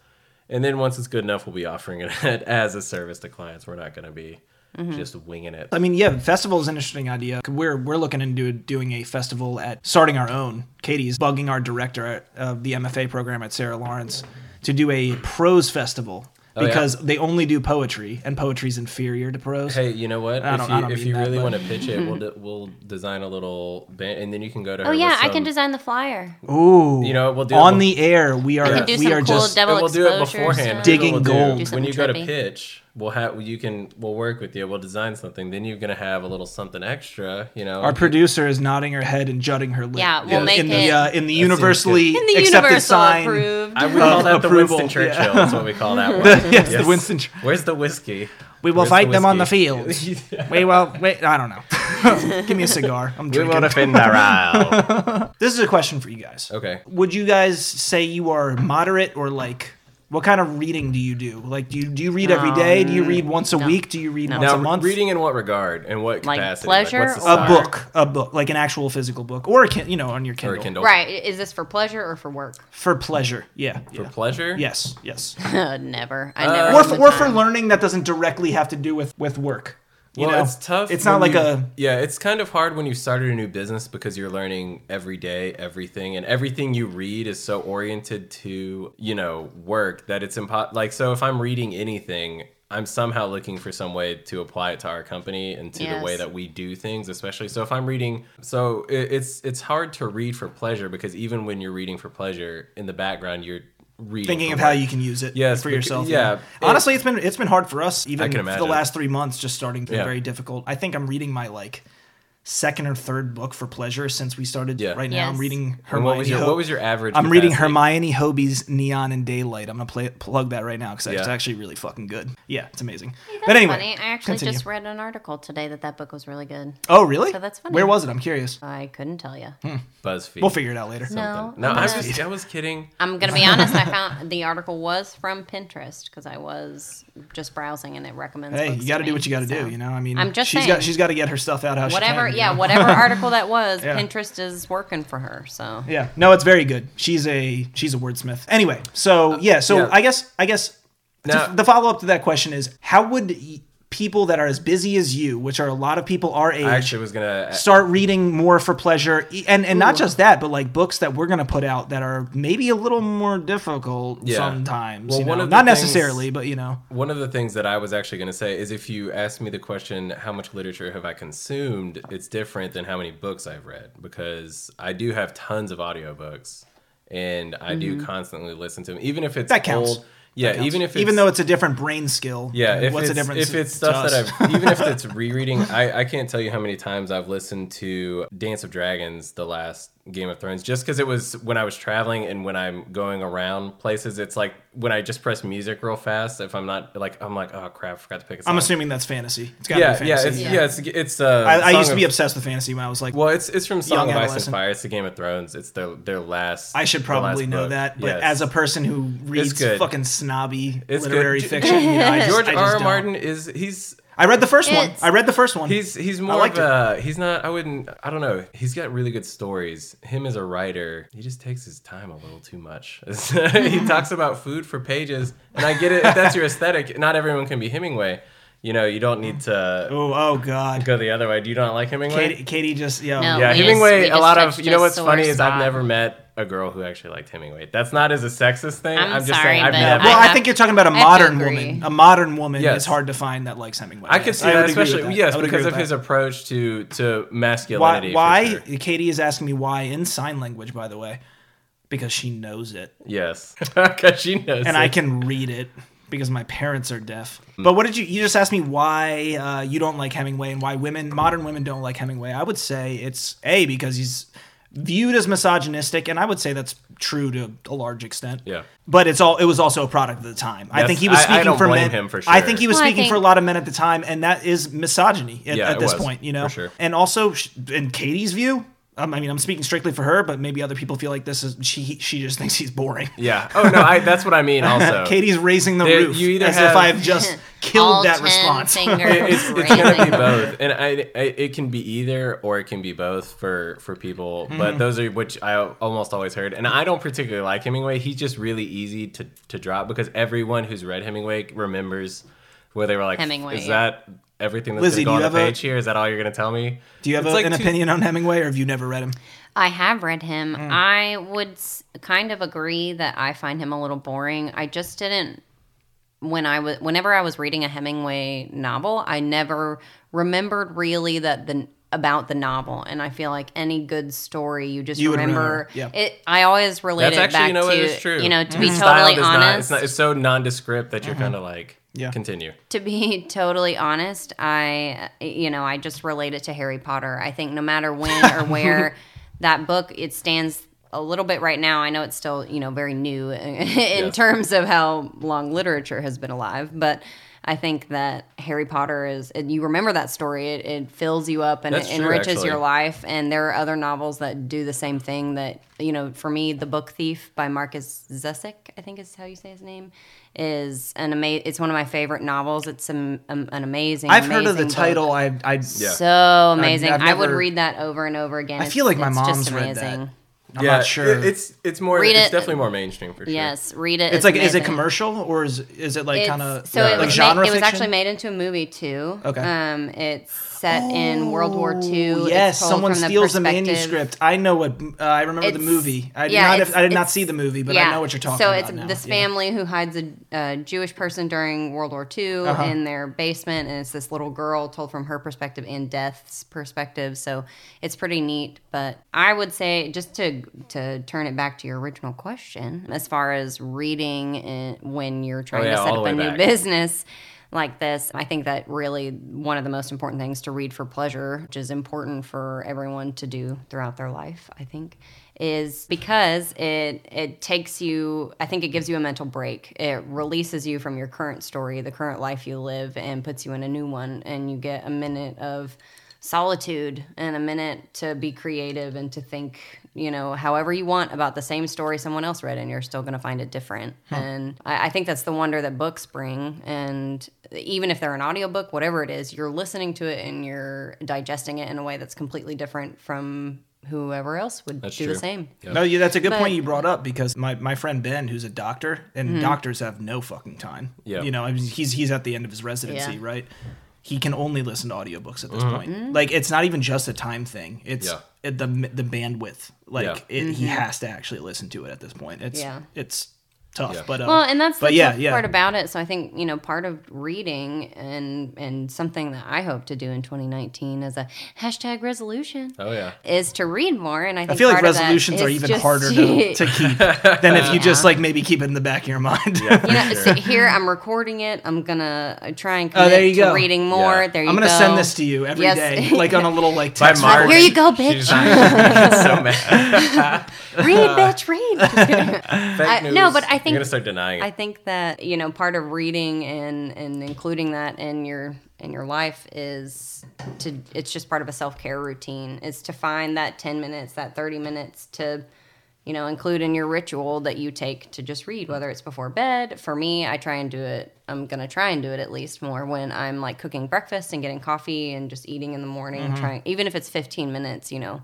Speaker 4: And then once it's good enough, we'll be offering it *laughs* as a service to clients. We're not going to be
Speaker 5: Mm-hmm.
Speaker 4: just winging it.
Speaker 3: I mean, yeah, festival is an interesting idea. We're we're looking into doing a festival at starting our own. Katie's bugging our director at, of the MFA program at Sarah Lawrence to do a prose festival
Speaker 4: Oh, yeah.
Speaker 3: because they only do poetry and poetry's inferior to prose.
Speaker 4: Hey, you know what?
Speaker 3: I
Speaker 4: If
Speaker 3: don't-
Speaker 4: you,
Speaker 3: I don't
Speaker 4: if
Speaker 3: mean
Speaker 4: you
Speaker 3: that,
Speaker 4: really
Speaker 3: but-
Speaker 4: want to pitch
Speaker 3: *laughs*
Speaker 4: it, we'll, de- we'll design a little band, and then you can go to her.
Speaker 5: Oh, yeah,
Speaker 4: with
Speaker 3: um,
Speaker 5: I can
Speaker 4: some-
Speaker 5: design the flyer.
Speaker 3: Ooh,
Speaker 4: You know, what, we'll do
Speaker 3: on
Speaker 4: it,
Speaker 3: the air. We are
Speaker 5: I can do
Speaker 3: we
Speaker 5: some
Speaker 3: are
Speaker 5: cool
Speaker 3: just
Speaker 5: double
Speaker 4: we'll, we'll do it
Speaker 5: exposure
Speaker 4: beforehand.
Speaker 5: *laughs* stuff.
Speaker 3: Digging
Speaker 4: We'll do-
Speaker 3: gold. Do
Speaker 5: something
Speaker 4: When you go to
Speaker 5: trippy.
Speaker 4: pitch, we'll have you can we'll work with you. We'll design something. Then you're gonna have a little something extra. You know,
Speaker 3: Our producer is nodding her head and jutting her lip.
Speaker 5: Yeah, we'll
Speaker 3: in,
Speaker 5: make
Speaker 3: in the
Speaker 5: it-
Speaker 3: uh, in the
Speaker 4: seems
Speaker 3: universally
Speaker 5: In the
Speaker 3: accepted
Speaker 5: universal
Speaker 3: sign.
Speaker 5: approved.
Speaker 4: I would call
Speaker 3: of
Speaker 4: that the
Speaker 3: approval,
Speaker 4: Winston Churchill.
Speaker 3: yeah.
Speaker 4: That's what we call that
Speaker 3: *laughs*
Speaker 4: one.
Speaker 3: yes, the Winston Chur-
Speaker 4: Where's the whiskey?
Speaker 3: We will
Speaker 4: Where's
Speaker 3: fight them on the
Speaker 4: whiskey? *laughs*
Speaker 3: fields. *laughs* We will. Wait, I don't know. *laughs* Give me a cigar. I'm
Speaker 4: we
Speaker 3: drinking.
Speaker 4: will defend our isle.
Speaker 3: This is a question for you guys.
Speaker 4: *laughs* Okay.
Speaker 3: Would you guys say you are moderate or like what kind of reading do you do? Like do you do you read every day? Do you read once a week? Do you read once
Speaker 4: Now,
Speaker 3: a month?
Speaker 4: reading in what regard and what
Speaker 5: Like
Speaker 4: capacity?
Speaker 5: pleasure
Speaker 4: what's the
Speaker 5: or-
Speaker 3: a
Speaker 4: size?
Speaker 3: book, a book, like an actual physical book or a kin- you know, on your
Speaker 4: or
Speaker 3: Kindle.
Speaker 4: a Kindle
Speaker 5: Right. Is this for pleasure or for work? *laughs*
Speaker 3: For pleasure. Yeah.
Speaker 4: for
Speaker 3: yeah.
Speaker 4: pleasure?
Speaker 3: Yes,
Speaker 4: *laughs*
Speaker 3: yes.
Speaker 5: never. I never.
Speaker 3: Uh, or
Speaker 5: have
Speaker 3: for,
Speaker 5: the
Speaker 3: or for
Speaker 5: time.
Speaker 3: learning that doesn't directly have to do with with work. You
Speaker 4: well,
Speaker 3: know?
Speaker 4: it's tough.
Speaker 3: It's not
Speaker 4: when
Speaker 3: like
Speaker 4: you-
Speaker 3: a
Speaker 4: yeah. It's kind of hard when you started a new business because you're learning every day everything, and everything you read is so oriented to you know work that it's impossible. Like so, if I'm reading anything, I'm somehow looking for some way to apply it to our company and to the way
Speaker 5: Yes.
Speaker 4: that we do things. Especially so, if I'm reading, so it, it's it's hard to read for pleasure because even when you're reading for pleasure, in the background you're reading
Speaker 3: thinking
Speaker 4: for
Speaker 3: of how
Speaker 4: work.
Speaker 3: you can use it
Speaker 4: Yes,
Speaker 3: for
Speaker 4: becau-
Speaker 3: yourself.
Speaker 4: yeah.
Speaker 3: Honestly, it's been it's been hard for us even
Speaker 4: can
Speaker 3: for the
Speaker 4: imagine.
Speaker 3: last 3 months just starting to be
Speaker 4: Yeah.
Speaker 3: very difficult. I think I'm reading my like second or third book for pleasure since we started.
Speaker 4: Yeah.
Speaker 3: Right now, I'm
Speaker 5: Yes.
Speaker 3: reading
Speaker 4: And
Speaker 3: Hermione.
Speaker 4: what was your
Speaker 3: Ho-
Speaker 4: what was your average?
Speaker 3: I'm reading
Speaker 4: capacity?
Speaker 3: Hermione Hobie's Neon and Daylight. I'm gonna play, plug that right now because it's
Speaker 4: Yeah.
Speaker 3: actually really fucking good. Yeah, it's amazing.
Speaker 5: That's
Speaker 3: but anyway,
Speaker 5: funny. I actually
Speaker 3: continue.
Speaker 5: just read an article today that that book was really good.
Speaker 3: oh really?
Speaker 5: So that's funny.
Speaker 3: Where was it? I'm curious.
Speaker 5: I couldn't tell you.
Speaker 3: Hmm.
Speaker 4: BuzzFeed.
Speaker 3: We'll figure it out later.
Speaker 5: No,
Speaker 4: No,
Speaker 5: I'm
Speaker 4: I
Speaker 5: gonna-
Speaker 4: was I was kidding.
Speaker 5: I'm gonna be honest. I found the article was from Pinterest because I was just browsing and it recommends.
Speaker 3: Hey,
Speaker 5: books
Speaker 3: you got to
Speaker 5: to
Speaker 3: do
Speaker 5: me,
Speaker 3: what you got to
Speaker 5: so.
Speaker 3: do. You know, I mean,
Speaker 5: I'm just
Speaker 3: she's
Speaker 5: saying.
Speaker 3: got she's got to get her stuff out how
Speaker 5: whatever.
Speaker 3: she can. you
Speaker 5: yeah,
Speaker 3: know? *laughs*
Speaker 5: whatever article that was,
Speaker 3: Yeah.
Speaker 5: Pinterest is working for her. So
Speaker 3: Yeah, no, it's very good. She's a she's a wordsmith. Anyway, so yeah, so
Speaker 4: Uh, yeah.
Speaker 3: I guess I guess to-
Speaker 4: Now-
Speaker 3: the follow up to that question is how would y- people that are as busy as you, which are a lot of people our age,
Speaker 4: I actually was gonna.
Speaker 3: start reading more for pleasure, E- and and not just that, but like books that we're gonna put out that are maybe a little more difficult
Speaker 4: Yeah.
Speaker 3: sometimes.
Speaker 4: Well,
Speaker 3: you
Speaker 4: one
Speaker 3: know?
Speaker 4: of the
Speaker 3: not
Speaker 4: things-
Speaker 3: necessarily, but you know,
Speaker 4: One of the things that I was actually going to say is if you ask me the question, how much literature have I consumed, it's different than how many books I've read because I do have tons of audiobooks and I do constantly listen to them. Even if it's
Speaker 3: Mm-hmm. That counts.
Speaker 4: old- yeah, even if it's,
Speaker 3: even though it's a different brain skill,
Speaker 4: yeah, if
Speaker 3: what's
Speaker 4: it's,
Speaker 3: the difference?
Speaker 4: If it's
Speaker 3: to
Speaker 4: stuff
Speaker 3: us?
Speaker 4: that I've, even
Speaker 3: *laughs*
Speaker 4: if it's rereading, I, I can't tell you how many times I've listened to Dance of Dragons, the last Game of Thrones, just because it was when I was traveling and when I'm going around places. It's like when I just press music real fast. If I'm not like, I'm like, oh crap, forgot to pick a song.
Speaker 3: I'm assuming that's fantasy. It's got to be
Speaker 4: Yeah,
Speaker 3: fantasy.
Speaker 4: yeah, it's, yeah,
Speaker 5: Yeah.
Speaker 4: it's it's. Uh,
Speaker 3: I, I
Speaker 4: Song
Speaker 3: used to be
Speaker 4: of-
Speaker 3: obsessed with fantasy when I was like,
Speaker 4: Well, it's it's from Song of Ice and
Speaker 3: adolescent.
Speaker 4: Fire. It's the Game of Thrones. It's their their last.
Speaker 3: I should
Speaker 4: their last
Speaker 3: probably know
Speaker 4: book.
Speaker 3: that, but
Speaker 4: Yes.
Speaker 3: as a person who reads
Speaker 4: good.
Speaker 3: fucking snobby
Speaker 4: It's good. *laughs*
Speaker 3: literary
Speaker 4: Ge-
Speaker 3: fiction, you know, I just,
Speaker 4: George
Speaker 3: I just
Speaker 4: R. R.
Speaker 3: don't.
Speaker 4: Martin is he's
Speaker 3: I read the first one.
Speaker 5: It's-
Speaker 3: I read the first one.
Speaker 4: He's he's more
Speaker 3: liked
Speaker 4: of a he's not I wouldn't I don't know he's got really good stories. Him as a writer, he just takes his time a little too much. *laughs* he
Speaker 3: *laughs*
Speaker 4: talks about food for pages, and I get it. If that's your aesthetic, not everyone can be Hemingway. You know, you don't need to
Speaker 3: oh, oh god.
Speaker 4: go the other way. Do you not like Hemingway?
Speaker 3: Katie, Katie just yo.
Speaker 5: No.
Speaker 4: yeah,
Speaker 5: We just-
Speaker 4: Hemingway.
Speaker 5: we
Speaker 4: a
Speaker 5: just
Speaker 4: lot of
Speaker 5: touched
Speaker 4: you know
Speaker 5: a
Speaker 4: what's
Speaker 5: sore
Speaker 4: funny is I've
Speaker 5: spot.
Speaker 4: never met a girl who actually liked Hemingway. That's not as a sexist thing.
Speaker 5: I'm
Speaker 4: I'm, just
Speaker 5: sorry,
Speaker 4: saying I've
Speaker 5: but
Speaker 4: never.
Speaker 3: Well,
Speaker 5: I
Speaker 3: I,
Speaker 5: have-
Speaker 3: think you're talking about a
Speaker 5: I have to
Speaker 3: modern
Speaker 5: agree.
Speaker 3: woman. A modern woman
Speaker 4: Yes.
Speaker 3: is hard to find that likes Hemingway.
Speaker 4: I could
Speaker 3: Yes,
Speaker 4: see that,
Speaker 3: would agree with
Speaker 4: especially
Speaker 3: that.
Speaker 4: yes,
Speaker 3: I would agree
Speaker 4: because of
Speaker 3: with
Speaker 4: his
Speaker 3: that.
Speaker 4: approach to to
Speaker 3: why.
Speaker 4: masculinity. for
Speaker 3: Why
Speaker 4: sure.
Speaker 3: Katie is asking me why in sign language, by the way, because she knows it
Speaker 5: *laughs*
Speaker 4: Yes, because she knows.
Speaker 3: and
Speaker 4: it. Hmm.
Speaker 3: I can read it because my parents are deaf. But what did you? You just asked me why uh, you don't like Hemingway and why women, modern women, don't like Hemingway. I would say it's a because he's viewed as misogynistic, and I would say that's true to a large extent.
Speaker 4: Yeah.
Speaker 3: But it's all. It was also a product of the time. I
Speaker 4: That's-
Speaker 3: think he was
Speaker 4: I- I
Speaker 3: speaking
Speaker 4: don't
Speaker 3: for
Speaker 4: blame
Speaker 3: men.
Speaker 4: him for
Speaker 3: I
Speaker 4: sure.
Speaker 3: think he was
Speaker 5: Well, I
Speaker 3: speaking for a
Speaker 5: think-
Speaker 3: lot of men at the time, and that is misogyny at,
Speaker 4: Yeah,
Speaker 3: at
Speaker 4: it
Speaker 3: this
Speaker 4: was,
Speaker 3: point. You
Speaker 4: for
Speaker 3: know,
Speaker 4: sure.
Speaker 3: and also sh- in Katie's view. Um, I mean, I'm speaking strictly for her, but maybe other people feel like this is she. She just thinks he's boring.
Speaker 4: Yeah. Oh no, I, that's what I
Speaker 5: *laughs*
Speaker 4: mean. Also,
Speaker 3: Katie's raising the
Speaker 4: Oh. There-
Speaker 3: roof
Speaker 4: you either
Speaker 3: as
Speaker 4: have-
Speaker 3: if I've just
Speaker 5: All
Speaker 3: killed that
Speaker 5: 10
Speaker 3: response. *laughs*
Speaker 5: fingers
Speaker 4: it's, it's
Speaker 5: raising
Speaker 4: gonna be
Speaker 5: the
Speaker 4: both, and I, I it can be either or it can be both for for people.
Speaker 5: Hmm.
Speaker 4: But those are which I almost always heard, and I don't particularly like Hemingway. He's just really easy to to drop because everyone who's read Hemingway remembers where they were like,
Speaker 5: Hemingway,
Speaker 4: Is
Speaker 5: yeah.
Speaker 4: that everything that's
Speaker 3: Lizzie,
Speaker 4: going
Speaker 3: do you
Speaker 4: to go on the
Speaker 3: have a-
Speaker 4: page here? Is that all you're going to tell me?
Speaker 3: Do you have
Speaker 4: It's
Speaker 3: a-
Speaker 4: like
Speaker 3: an
Speaker 4: two-
Speaker 3: opinion on Hemingway, or have you never read him?
Speaker 5: I have read him.
Speaker 3: Hmm.
Speaker 5: I would s- kind of agree that I find him a little boring. I just didn't when I was whenever I was reading a Hemingway novel, I never remembered really that the about the novel and I feel like any good story you just
Speaker 3: You would
Speaker 5: remember,
Speaker 3: remember, yeah. Mm-hmm.
Speaker 5: it I always relate
Speaker 4: That's
Speaker 5: it
Speaker 4: actually
Speaker 5: back
Speaker 4: you know
Speaker 5: to
Speaker 4: what is true.
Speaker 5: you know to be
Speaker 4: His style
Speaker 5: totally
Speaker 4: does
Speaker 5: honest Mm-hmm.
Speaker 4: Not, it's, not, it's so nondescript that you're kind of like
Speaker 3: Yeah.
Speaker 4: continue.
Speaker 5: to be *laughs* totally honest, I you know, I just relate it to Harry Potter. I think no matter when
Speaker 4: *laughs*
Speaker 5: or where that book it stands a little bit right now. I know it's still, you know, very new *laughs* in terms of how long literature has been alive, but I think that Harry Potter is and you remember that story. It, it fills you up and
Speaker 4: That's
Speaker 5: it
Speaker 4: true,
Speaker 5: enriches
Speaker 4: actually.
Speaker 5: your life and there are other novels that do the same thing that, you know, for me, The Book Thief by Marcus Zesick, I think is how you say his name, is an amazing it's one of my favorite novels. It's an, um, an amazing
Speaker 3: I've heard of the
Speaker 5: amazing book.
Speaker 3: title. I, I,
Speaker 5: So amazing.
Speaker 3: I've
Speaker 5: I would
Speaker 3: never-
Speaker 5: read that over and over again.
Speaker 3: I feel like my
Speaker 5: It's- it's
Speaker 3: mom's
Speaker 5: just
Speaker 3: read that.
Speaker 5: amazing.
Speaker 3: I'm not sure.
Speaker 4: It, it's it's more.
Speaker 5: Read
Speaker 4: it's
Speaker 5: it.
Speaker 4: definitely more mainstream for sure.
Speaker 5: Yes, read it.
Speaker 3: it's like, is it
Speaker 5: amazing.
Speaker 3: commercial or is is it like
Speaker 5: It's-
Speaker 3: kind of
Speaker 5: so it
Speaker 3: like
Speaker 5: was
Speaker 3: genre
Speaker 5: made, It was
Speaker 3: fiction?
Speaker 5: actually made into a movie too.
Speaker 3: Okay.
Speaker 5: Um, it's set in World War
Speaker 4: Oh,
Speaker 3: Ooh,
Speaker 5: II.
Speaker 3: yes,
Speaker 5: It's told
Speaker 3: someone
Speaker 5: from the
Speaker 3: steals the
Speaker 5: perspective-
Speaker 3: manuscript. I know what uh, I remember the
Speaker 5: It's-
Speaker 3: movie. I did
Speaker 5: yeah,
Speaker 3: not.
Speaker 5: it's-
Speaker 3: I did not
Speaker 5: it's-
Speaker 3: see the movie, but I know what you're talking
Speaker 5: so
Speaker 3: about.
Speaker 5: it's
Speaker 3: now.
Speaker 5: this
Speaker 3: Yeah.
Speaker 5: family who hides a, a Jewish person during World War II
Speaker 3: Uh-huh.
Speaker 5: in their basement, and it's this little girl told from her perspective and death's perspective. So it's pretty neat. But I would say, just to to turn it back to your original question, as far as reading and when you're trying
Speaker 4: Oh, yeah,
Speaker 5: to set
Speaker 4: all
Speaker 5: up
Speaker 4: the
Speaker 5: a
Speaker 4: way
Speaker 5: new
Speaker 4: back.
Speaker 5: business. like this. I think that really one of the most important things to read for pleasure, which is important for everyone to do throughout their life, I think, is because it it takes you I think it gives you a mental break. It releases you from your current story, the current life you live and puts you in a new one and you get a minute of solitude and a minute to be creative and to think, you know, however you want about the same story someone else read, and you're still going to find it different.
Speaker 3: Hmm.
Speaker 5: And I, I think that's the wonder that books bring. And even if they're an audiobook, whatever it is, you're listening to it and you're digesting it in a way that's completely different from whoever else would
Speaker 4: That's
Speaker 5: do the
Speaker 4: true.
Speaker 5: same.
Speaker 4: Yeah.
Speaker 3: No, yeah, that's a good
Speaker 5: But- Mm-hmm.
Speaker 3: point you brought up because my, my friend Ben, who's a doctor, and doctors have no fucking time.
Speaker 4: Yeah.
Speaker 3: You know, I mean, he's he's at the end of his residency,
Speaker 5: Yeah. Mm-hmm.
Speaker 3: right? He can only listen to audiobooks at this point. Like it's not even just a time thing. It's
Speaker 4: Mm-hmm. Yeah.
Speaker 3: it, the the bandwidth. Like
Speaker 4: Yeah.
Speaker 3: it, he has to actually listen to it at this point. It's
Speaker 5: Mm-hmm. Yeah.
Speaker 3: it's tough,
Speaker 4: Yeah.
Speaker 3: but uh,
Speaker 5: Well, and that's
Speaker 3: but
Speaker 5: the
Speaker 3: yeah,
Speaker 5: tough
Speaker 3: yeah.
Speaker 5: part about it. So I think you know part of reading and and something that I hope to do in 2019 as a hashtag resolution.
Speaker 4: Oh, yeah.
Speaker 5: is to read more. And I think
Speaker 3: I feel like
Speaker 5: part of that
Speaker 3: resolutions are
Speaker 5: is
Speaker 3: even
Speaker 5: just-
Speaker 3: harder
Speaker 5: *laughs*
Speaker 3: to, to keep than if you just like maybe keep it in the back of your *laughs* mind.
Speaker 5: *laughs* you know, *laughs* sit here. I'm recording it. I'm gonna uh, try and
Speaker 3: Oh,
Speaker 5: commit
Speaker 3: there you
Speaker 5: to
Speaker 3: go.
Speaker 5: reading more.
Speaker 4: Yeah.
Speaker 5: There you
Speaker 3: I'm
Speaker 5: go.
Speaker 3: gonna send this to you every day,
Speaker 5: Yes.
Speaker 3: like on a little like
Speaker 4: By
Speaker 3: text.
Speaker 4: March.
Speaker 5: Here you go, bitch.
Speaker 4: She's so mad.
Speaker 5: *laughs* read,
Speaker 3: *laughs*
Speaker 5: bitch, read.
Speaker 4: Fake
Speaker 5: I-
Speaker 4: news.
Speaker 5: no, but I think-
Speaker 4: you're gonna start denying it.
Speaker 5: I think that you know part of reading and and including that in your in your life is to it's just part of a self care routine. Is to find that ten minutes, that thirty minutes to you know include in your ritual that you take to just read, whether it's before bed. For me, I try and do it. I'm gonna try and do it at least more when I'm like cooking breakfast and getting coffee and just eating in the morning. Trying even if it's fifteen minutes, you know,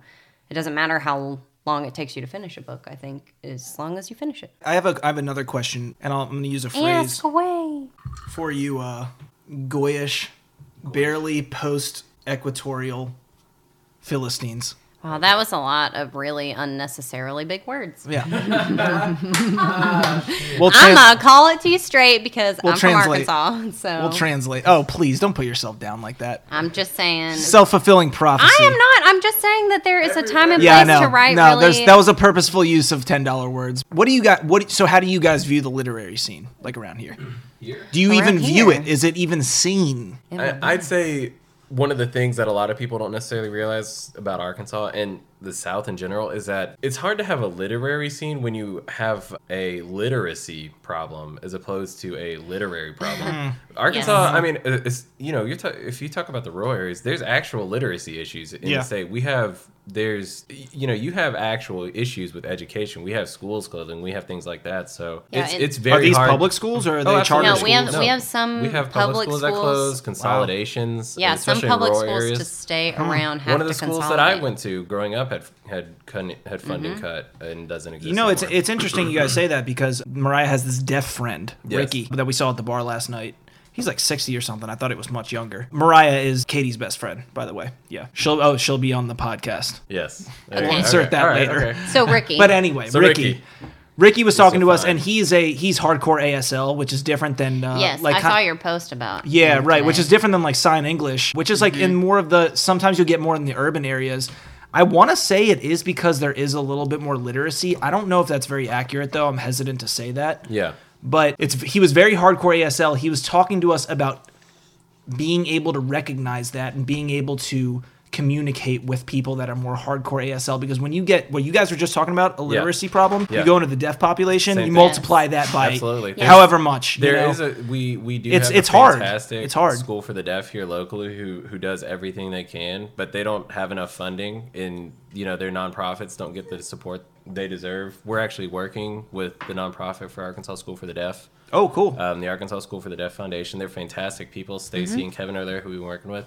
Speaker 5: it doesn't matter how long it takes you to finish a book. I think as long as you finish it.
Speaker 3: I have a I have another question, and I'll, I'm gonna use a phrase
Speaker 5: Ask away.
Speaker 3: for you, uh, goyish, barely post equatorial Philistines.
Speaker 5: Wow, that was a lot of really unnecessarily big words.
Speaker 3: Yeah. we'll,
Speaker 5: I'm
Speaker 3: trans-
Speaker 5: gonna call it to you straight because
Speaker 3: We'll
Speaker 5: I'm
Speaker 3: translate.
Speaker 5: from Arkansas, *laughs* so
Speaker 3: we'll translate. Oh, please don't put yourself down like that.
Speaker 5: I'm just saying.
Speaker 3: Self fulfilling prophecy.
Speaker 5: I am not. I'm just saying that there is a time and place
Speaker 3: Yeah, I know.
Speaker 5: to write
Speaker 3: no,
Speaker 5: really.
Speaker 3: there's, that was a purposeful use of ten dollar words. What do you got? What? So how do you guys view the literary scene like around here? Do you
Speaker 5: Around
Speaker 3: even view
Speaker 5: here.
Speaker 3: it? Is it even seen?
Speaker 4: I, I'd say one of the things that a lot of people don't necessarily realize about Arkansas and the South in general is that it's hard to have a literary scene when you have a literacy problem as opposed to a literary problem.
Speaker 3: Mm-hmm.
Speaker 4: Arkansas, I mean, it- it's, you know, you're ta- if you talk about the rural areas, there's actual literacy issues in
Speaker 3: Yeah.
Speaker 4: the state. We have there's you know you have actual issues with education. We have schools closing. We have things like that. So
Speaker 5: Yeah,
Speaker 4: it's
Speaker 5: it-
Speaker 4: it's very
Speaker 3: are these
Speaker 4: hard. Oh,
Speaker 3: public schools or are they charter
Speaker 4: absolutely.
Speaker 5: No,
Speaker 3: schools?
Speaker 5: we have- we have some
Speaker 4: we have
Speaker 5: public
Speaker 4: public schools, that
Speaker 5: schools.
Speaker 4: close, consolidations,
Speaker 5: yeah, some
Speaker 4: especially in
Speaker 5: public
Speaker 4: rural
Speaker 5: schools
Speaker 4: areas.
Speaker 5: to stay around. Have
Speaker 4: One of
Speaker 5: to
Speaker 4: the schools that I
Speaker 5: consolidate. Mm-hmm.
Speaker 4: went to growing up had had cun- had funding cut and doesn't exist.
Speaker 3: You know, it's
Speaker 4: anymore.
Speaker 3: it's interesting you guys say that because Mariah has this deaf friend,
Speaker 4: Yes.
Speaker 3: Ricky, that we saw at the bar last night. He's like 60 or something. I thought it was much younger. Mariah is Katie's best friend, by the way. Yeah. She'll oh, she'll be on the podcast. *laughs*
Speaker 4: yes.
Speaker 5: We'll
Speaker 3: insert that later.
Speaker 5: So Ricky,
Speaker 3: But anyway,
Speaker 4: So
Speaker 3: Ricky. Ricky.
Speaker 4: Ricky.
Speaker 3: was talking
Speaker 4: so
Speaker 3: to us
Speaker 4: fine.
Speaker 3: and he's a he's hardcore ASL, which is different than uh
Speaker 5: yes,
Speaker 3: like
Speaker 5: I
Speaker 3: kin-
Speaker 5: saw your post about.
Speaker 3: Yeah,
Speaker 5: him
Speaker 3: right, which
Speaker 5: today.
Speaker 3: is different than like sign English, which is like in
Speaker 4: Mm-hmm.
Speaker 3: more of the sometimes you'll get more in the urban areas. I want to say it is because there is a little bit more literacy. I don't know if that's very accurate though. I'm hesitant to say that.
Speaker 4: Yeah.
Speaker 3: but it's he was very hardcore ASL. He was talking to us about being able to recognize that and being able to communicate with people that are more hardcore ASL because when you get what you guys were just talking about a literacy problem,
Speaker 4: Yeah.
Speaker 3: you go into the deaf population,
Speaker 4: Same
Speaker 3: you
Speaker 4: thing.
Speaker 3: multiply that by
Speaker 4: Absolutely. There's-
Speaker 3: however much. you
Speaker 4: There
Speaker 3: know?
Speaker 4: is a we we do.
Speaker 3: It's-
Speaker 4: have a
Speaker 3: it's hard.
Speaker 4: fantastic
Speaker 3: It's hard.
Speaker 4: School for the deaf here locally who who does everything they can, but they don't have enough funding, and you know their nonprofits don't get the support they deserve. We're actually working with the nonprofit for Arkansas School for the Deaf.
Speaker 3: oh cool.
Speaker 4: Um, the Arkansas School for the Deaf Foundation. They're fantastic people. Stacy
Speaker 5: Mm-hmm.
Speaker 4: and Kevin are there who we've been working with.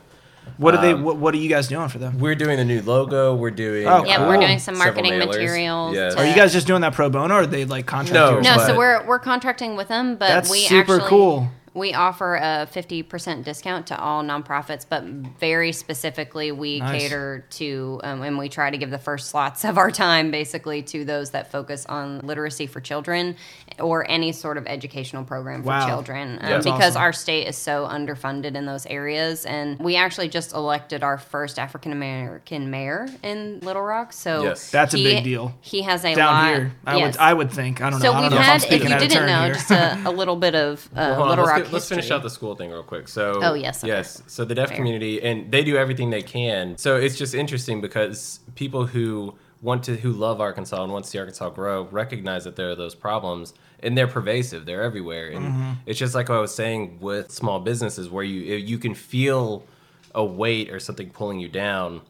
Speaker 3: what are they?
Speaker 4: Um,
Speaker 3: What, what are you guys doing for them?
Speaker 4: We're doing the new logo. We're doing. um,
Speaker 3: Oh,
Speaker 5: Yeah,
Speaker 3: Cool.
Speaker 5: we're doing some
Speaker 4: several
Speaker 5: marketing
Speaker 4: mailers.
Speaker 5: materials.
Speaker 4: Yes. Oh,
Speaker 5: to-
Speaker 3: Are you guys just doing that pro bono, or are they like contract?
Speaker 4: No.
Speaker 3: you?
Speaker 5: No, so
Speaker 4: But-
Speaker 5: we're we're contracting with them, but
Speaker 3: That's
Speaker 5: we
Speaker 3: super
Speaker 5: actually,
Speaker 3: cool.
Speaker 5: We offer a fifty percent discount to all nonprofits, but very specifically, we
Speaker 3: Nice.
Speaker 5: cater to um, and we try to give the first slots *laughs* of our time basically to those that focus on literacy for children or any sort of educational program for
Speaker 3: Wow.
Speaker 5: children, um,
Speaker 4: That's
Speaker 5: because
Speaker 3: awesome.
Speaker 5: our state is so underfunded in those areas. And we actually just elected our first African American mayor in Little Rock, so
Speaker 4: Yes.
Speaker 3: That's a
Speaker 5: he-
Speaker 3: big deal.
Speaker 5: He has a
Speaker 3: down
Speaker 5: lot.
Speaker 3: here. I
Speaker 5: yes.
Speaker 3: would I would think I don't know.
Speaker 5: So
Speaker 3: I don't
Speaker 5: we've
Speaker 3: know if I'm
Speaker 5: had, if
Speaker 3: speaking
Speaker 5: you
Speaker 3: out of
Speaker 5: didn't
Speaker 3: turn
Speaker 5: know,
Speaker 3: here.
Speaker 5: just a, a little bit of
Speaker 3: *laughs*
Speaker 5: uh,
Speaker 4: Hold on,
Speaker 5: Little
Speaker 4: let's
Speaker 5: Rock Dark
Speaker 4: let's finish
Speaker 5: history.
Speaker 4: out the school thing real quick. So
Speaker 5: Oh, yes, sorry.
Speaker 4: yes. So the deaf community and they do everything they can. So it's just interesting because people who want to who love Arkansas and want to see Arkansas grow recognize that there are those problems and they're pervasive. They're everywhere. And
Speaker 5: Mm-hmm.
Speaker 4: it's just like I was saying with small businesses where you you can feel a weight or something pulling you down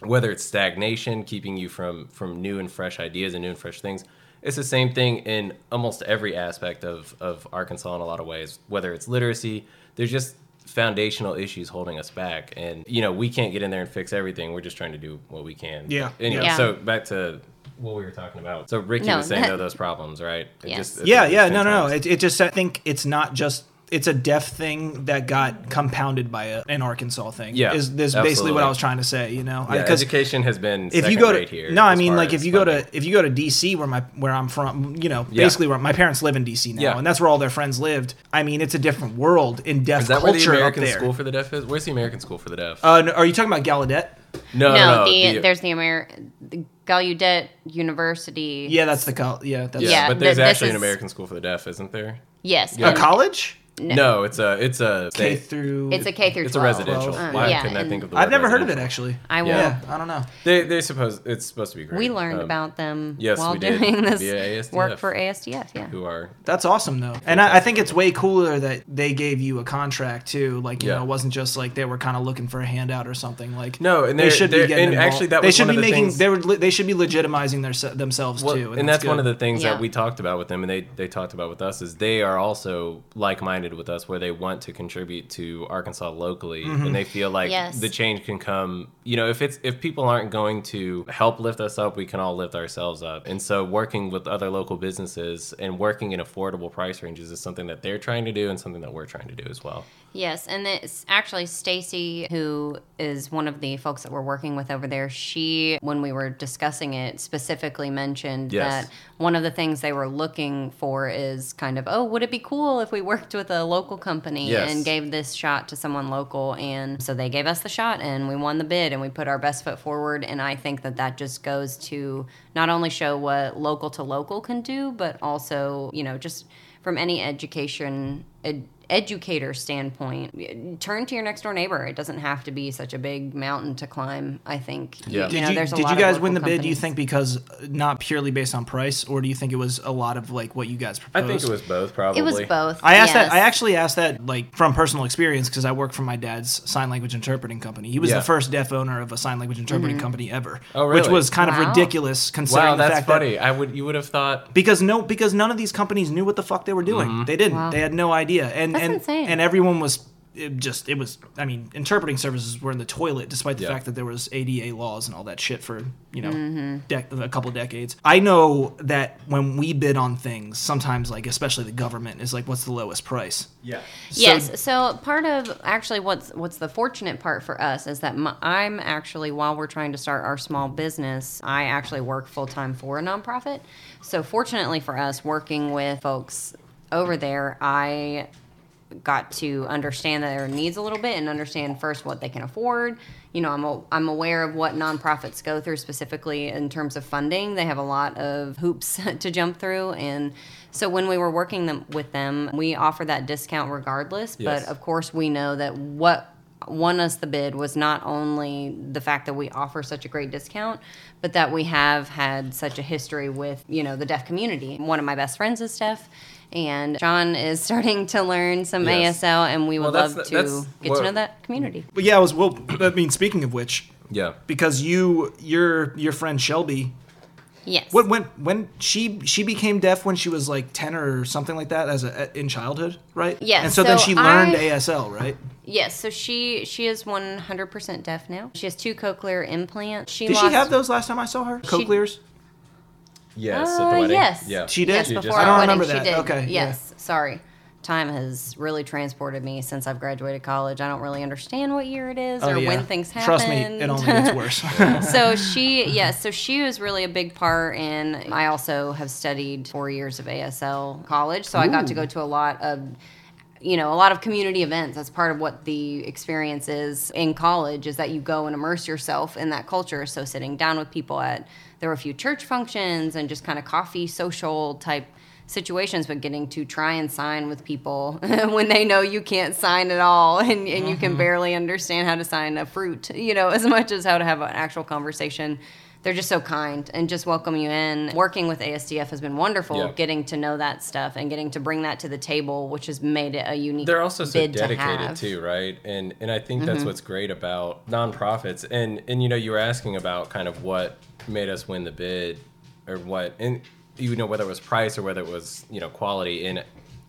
Speaker 4: whether it's stagnation keeping you from from new and fresh ideas and new and fresh things it's the same thing in almost every aspect of of arkansas in a lot of ways whether it's literacy there's just foundational issues holding us back and you know we can't get in there and fix everything we're just trying to do what we can
Speaker 3: Yeah.
Speaker 4: anyway
Speaker 5: Yeah.
Speaker 4: so back to what we were talking about so ricky
Speaker 5: No,
Speaker 4: was saying
Speaker 5: that-
Speaker 4: though those problems right It
Speaker 5: Yes.
Speaker 3: *laughs*
Speaker 4: just-
Speaker 3: yeah
Speaker 4: it's
Speaker 3: yeah
Speaker 4: been
Speaker 3: no no no
Speaker 4: times.
Speaker 3: it, it just i think it's not just it's a deaf thing that got compounded by a, an arkansas thing
Speaker 4: Yeah,
Speaker 3: is this basically what
Speaker 4: absolutely.
Speaker 3: i was trying to say you know
Speaker 4: yeah,
Speaker 3: because
Speaker 4: education has been
Speaker 3: if you
Speaker 4: second
Speaker 3: go to
Speaker 4: rate here
Speaker 3: no i
Speaker 4: as
Speaker 3: mean
Speaker 4: far
Speaker 3: like
Speaker 4: as
Speaker 3: if you go
Speaker 4: funding.
Speaker 3: to if you go to dc where my where i'm from you know
Speaker 4: Yeah.
Speaker 3: basically where my parents live in dc now
Speaker 4: Yeah.
Speaker 3: and that's where all their friends lived i mean it's a different world in deaf
Speaker 4: is that where
Speaker 3: culture
Speaker 4: the american
Speaker 3: up there
Speaker 4: school for the deaf is where's the american school for the deaf
Speaker 3: uh, no, are you talking about Gallaudet?
Speaker 4: no uh,
Speaker 5: no, the, there's the Amer the Gallaudet University.
Speaker 3: Yeah, that's the col- yeah, that's
Speaker 4: Yeah,
Speaker 5: Yeah,
Speaker 4: but there's
Speaker 5: th- this
Speaker 4: actually an
Speaker 5: is-
Speaker 4: American School for the Deaf, isn't there?
Speaker 5: Yes.
Speaker 3: a
Speaker 5: and
Speaker 3: college
Speaker 4: No, it's a it's a
Speaker 3: K
Speaker 4: they-
Speaker 3: through.
Speaker 5: It's a K through
Speaker 4: it's a
Speaker 5: 12.
Speaker 4: residential.
Speaker 3: Twelve.
Speaker 4: Why
Speaker 5: Yeah,
Speaker 4: couldn't I
Speaker 5: and-
Speaker 4: think of the
Speaker 3: I've
Speaker 4: word
Speaker 3: never heard of it
Speaker 4: residential?
Speaker 3: actually.
Speaker 5: I will.
Speaker 3: Yeah, I don't know.
Speaker 4: They they suppose it's supposed to be great.
Speaker 5: We learned
Speaker 4: Um,
Speaker 5: about them
Speaker 4: yes,
Speaker 5: while
Speaker 4: we did,
Speaker 5: doing this
Speaker 4: via ASDF.
Speaker 5: work for ASDF. Yeah.
Speaker 4: who are
Speaker 3: That's awesome though, and I, I think it's way cooler that they gave you a contract too. Like you
Speaker 4: Yeah.
Speaker 3: know, it wasn't just like they were kind of looking for a handout or something. Like
Speaker 4: No, and
Speaker 3: they
Speaker 4: they're-
Speaker 3: should be
Speaker 4: they're-
Speaker 3: getting
Speaker 4: and
Speaker 3: involved.
Speaker 4: actually that
Speaker 3: they
Speaker 4: was
Speaker 3: should
Speaker 4: one
Speaker 3: be
Speaker 4: of the
Speaker 3: making
Speaker 4: things-
Speaker 3: they were li- they should be legitimizing their se- themselves
Speaker 4: Well,
Speaker 3: too,
Speaker 4: and, that's, one of
Speaker 3: good.
Speaker 4: the things
Speaker 5: Yeah.
Speaker 4: that we talked about with them, and they they talked about with us is they are also like minded with us, where they want to contribute to Arkansas locally, and they feel like
Speaker 5: Yes.
Speaker 4: the change can come. You know, if it's if people aren't going to help lift us up, we can all lift ourselves up. And so, working with other local businesses and working in affordable price ranges is something that they're trying to do, and something that we're trying to do as well.
Speaker 5: Yes, and it's actually Stacy, who is one of the folks that we're working with over there. She, when we were discussing it, specifically mentioned
Speaker 4: Yes.
Speaker 5: that one of the things they were looking for is kind of, oh, would it be cool if we worked with a local company
Speaker 4: Yes.
Speaker 5: and gave this shot to someone local? And so they gave us the shot, and we won the bid, and we put our best foot forward. And I think that that just goes to not only show what local to local can do, but also, you know, just from any education ed- educator standpoint turn to your next door neighbor it doesn't have to be such a big mountain to climb i think
Speaker 4: Yeah.
Speaker 5: you
Speaker 4: Did
Speaker 5: know,
Speaker 3: Did you,
Speaker 5: there's a
Speaker 3: did
Speaker 5: lot
Speaker 3: you
Speaker 5: of
Speaker 3: guys win the
Speaker 5: local
Speaker 3: bid? Do you
Speaker 5: companies.
Speaker 3: think because uh, not purely based on price, or do you think it was a lot of like what you guys
Speaker 4: I
Speaker 3: proposed?
Speaker 4: think it was both, probably.
Speaker 5: it was both
Speaker 3: I asked that. I
Speaker 5: yes.
Speaker 3: actually asked that like from personal experience because I work for my dad's sign language interpreting company. He was
Speaker 4: Yeah.
Speaker 3: the first deaf owner of a sign language interpreting company ever,
Speaker 4: Oh,
Speaker 3: which
Speaker 4: really?
Speaker 3: was kind of
Speaker 5: Mm-hmm. Wow.
Speaker 3: ridiculous considering
Speaker 4: Wow,
Speaker 3: the
Speaker 4: that's
Speaker 3: fact that
Speaker 4: funny. I would you would have thought
Speaker 3: because no because none of these companies knew what the fuck they were doing.
Speaker 4: Mm-hmm.
Speaker 3: They didn't.
Speaker 5: Wow.
Speaker 3: They had no idea. And
Speaker 5: That's
Speaker 3: and
Speaker 5: insane.
Speaker 3: and everyone was it just it was I mean interpreting services were in the toilet despite the
Speaker 4: Yeah.
Speaker 3: fact that there was ADA laws and all that shit for you know
Speaker 5: Mm-hmm.
Speaker 3: dec- a couple decades. I know that when we bid on things, sometimes like especially the government is like, what's the lowest price?
Speaker 4: yeah.
Speaker 5: yes so part of actually what's what's the fortunate part for us is that my, i'm actually while we're trying to start our small business i actually work full-time for a nonprofit so fortunately for us working with folks over there i got to understand their needs a little bit and understand first what they can afford. You know, I'm, a, I'm aware of what nonprofits go through specifically in terms of funding. They have a lot of hoops *laughs* to jump through. And so when we were working them, with them, we offer that discount regardless.
Speaker 4: Yes.
Speaker 5: But of course, we know that what won us the bid was not only the fact that we offer such a great discount, but that we have had such a history with, you know, the deaf community. One of my best friends is deaf, and John is *laughs* starting to learn some
Speaker 4: Yes.
Speaker 5: ASL, and we
Speaker 4: Well,
Speaker 5: would
Speaker 4: that's
Speaker 5: love
Speaker 4: the-
Speaker 5: to
Speaker 4: that's
Speaker 5: get
Speaker 4: what-
Speaker 5: to know that community.
Speaker 3: But yeah, I was well. I mean, speaking of which,
Speaker 4: Yeah.
Speaker 3: because you your your friend Shelby
Speaker 5: Yes.
Speaker 3: When when when she she became deaf when she was like ten or something like that as a in childhood, right?
Speaker 5: Yes,
Speaker 3: And so, then
Speaker 5: so
Speaker 3: she learned
Speaker 5: I-
Speaker 3: ASL, right?
Speaker 5: yes. So she she is 100% deaf now. She has two cochlear implants. She
Speaker 3: Did
Speaker 5: lost,
Speaker 3: she have those last time I saw her? Cochlears.
Speaker 4: Yes.
Speaker 5: Uh,
Speaker 4: at the wedding.
Speaker 5: yes.
Speaker 4: Yeah.
Speaker 3: She did?
Speaker 5: Yes,
Speaker 3: You
Speaker 5: before
Speaker 4: just-
Speaker 5: our
Speaker 4: I don't
Speaker 5: wedding,
Speaker 3: remember
Speaker 5: she
Speaker 3: that.
Speaker 5: did.
Speaker 3: Okay, yeah.
Speaker 5: Yes, sorry. Time has really transported me since I've graduated college. I don't really understand what year it is or
Speaker 3: Oh, yeah.
Speaker 5: when things happen.
Speaker 3: Trust me, it only
Speaker 5: *laughs*
Speaker 3: gets worse.
Speaker 5: so she, yes, so she was really a big part. And I also have studied four years of ASL college, so I got to go to a lot of. You know, a lot of community events. That's part of what the experience is in college is that you go and immerse yourself in that culture. So, sitting down with people at, there were a few church functions and just kind of coffee, social type situations, but getting to try and sign with people *laughs* when they know you can't sign at all and, and you can barely understand how to sign a fruit, you know, as much as how to have an actual conversation. They're just so kind and just welcome you in. Working with ASDF has been wonderful,
Speaker 4: Yeah.
Speaker 5: getting to know that stuff and getting to bring that to the table, which has made it a unique.
Speaker 4: They're also so
Speaker 5: bid to
Speaker 4: dedicated
Speaker 5: have. Mm-hmm.
Speaker 4: too, right? And and I think that's what's great about nonprofits. And and you know, you were asking about kind of what made us win the bid or what and you know, whether it was price or whether it was, you know, quality. And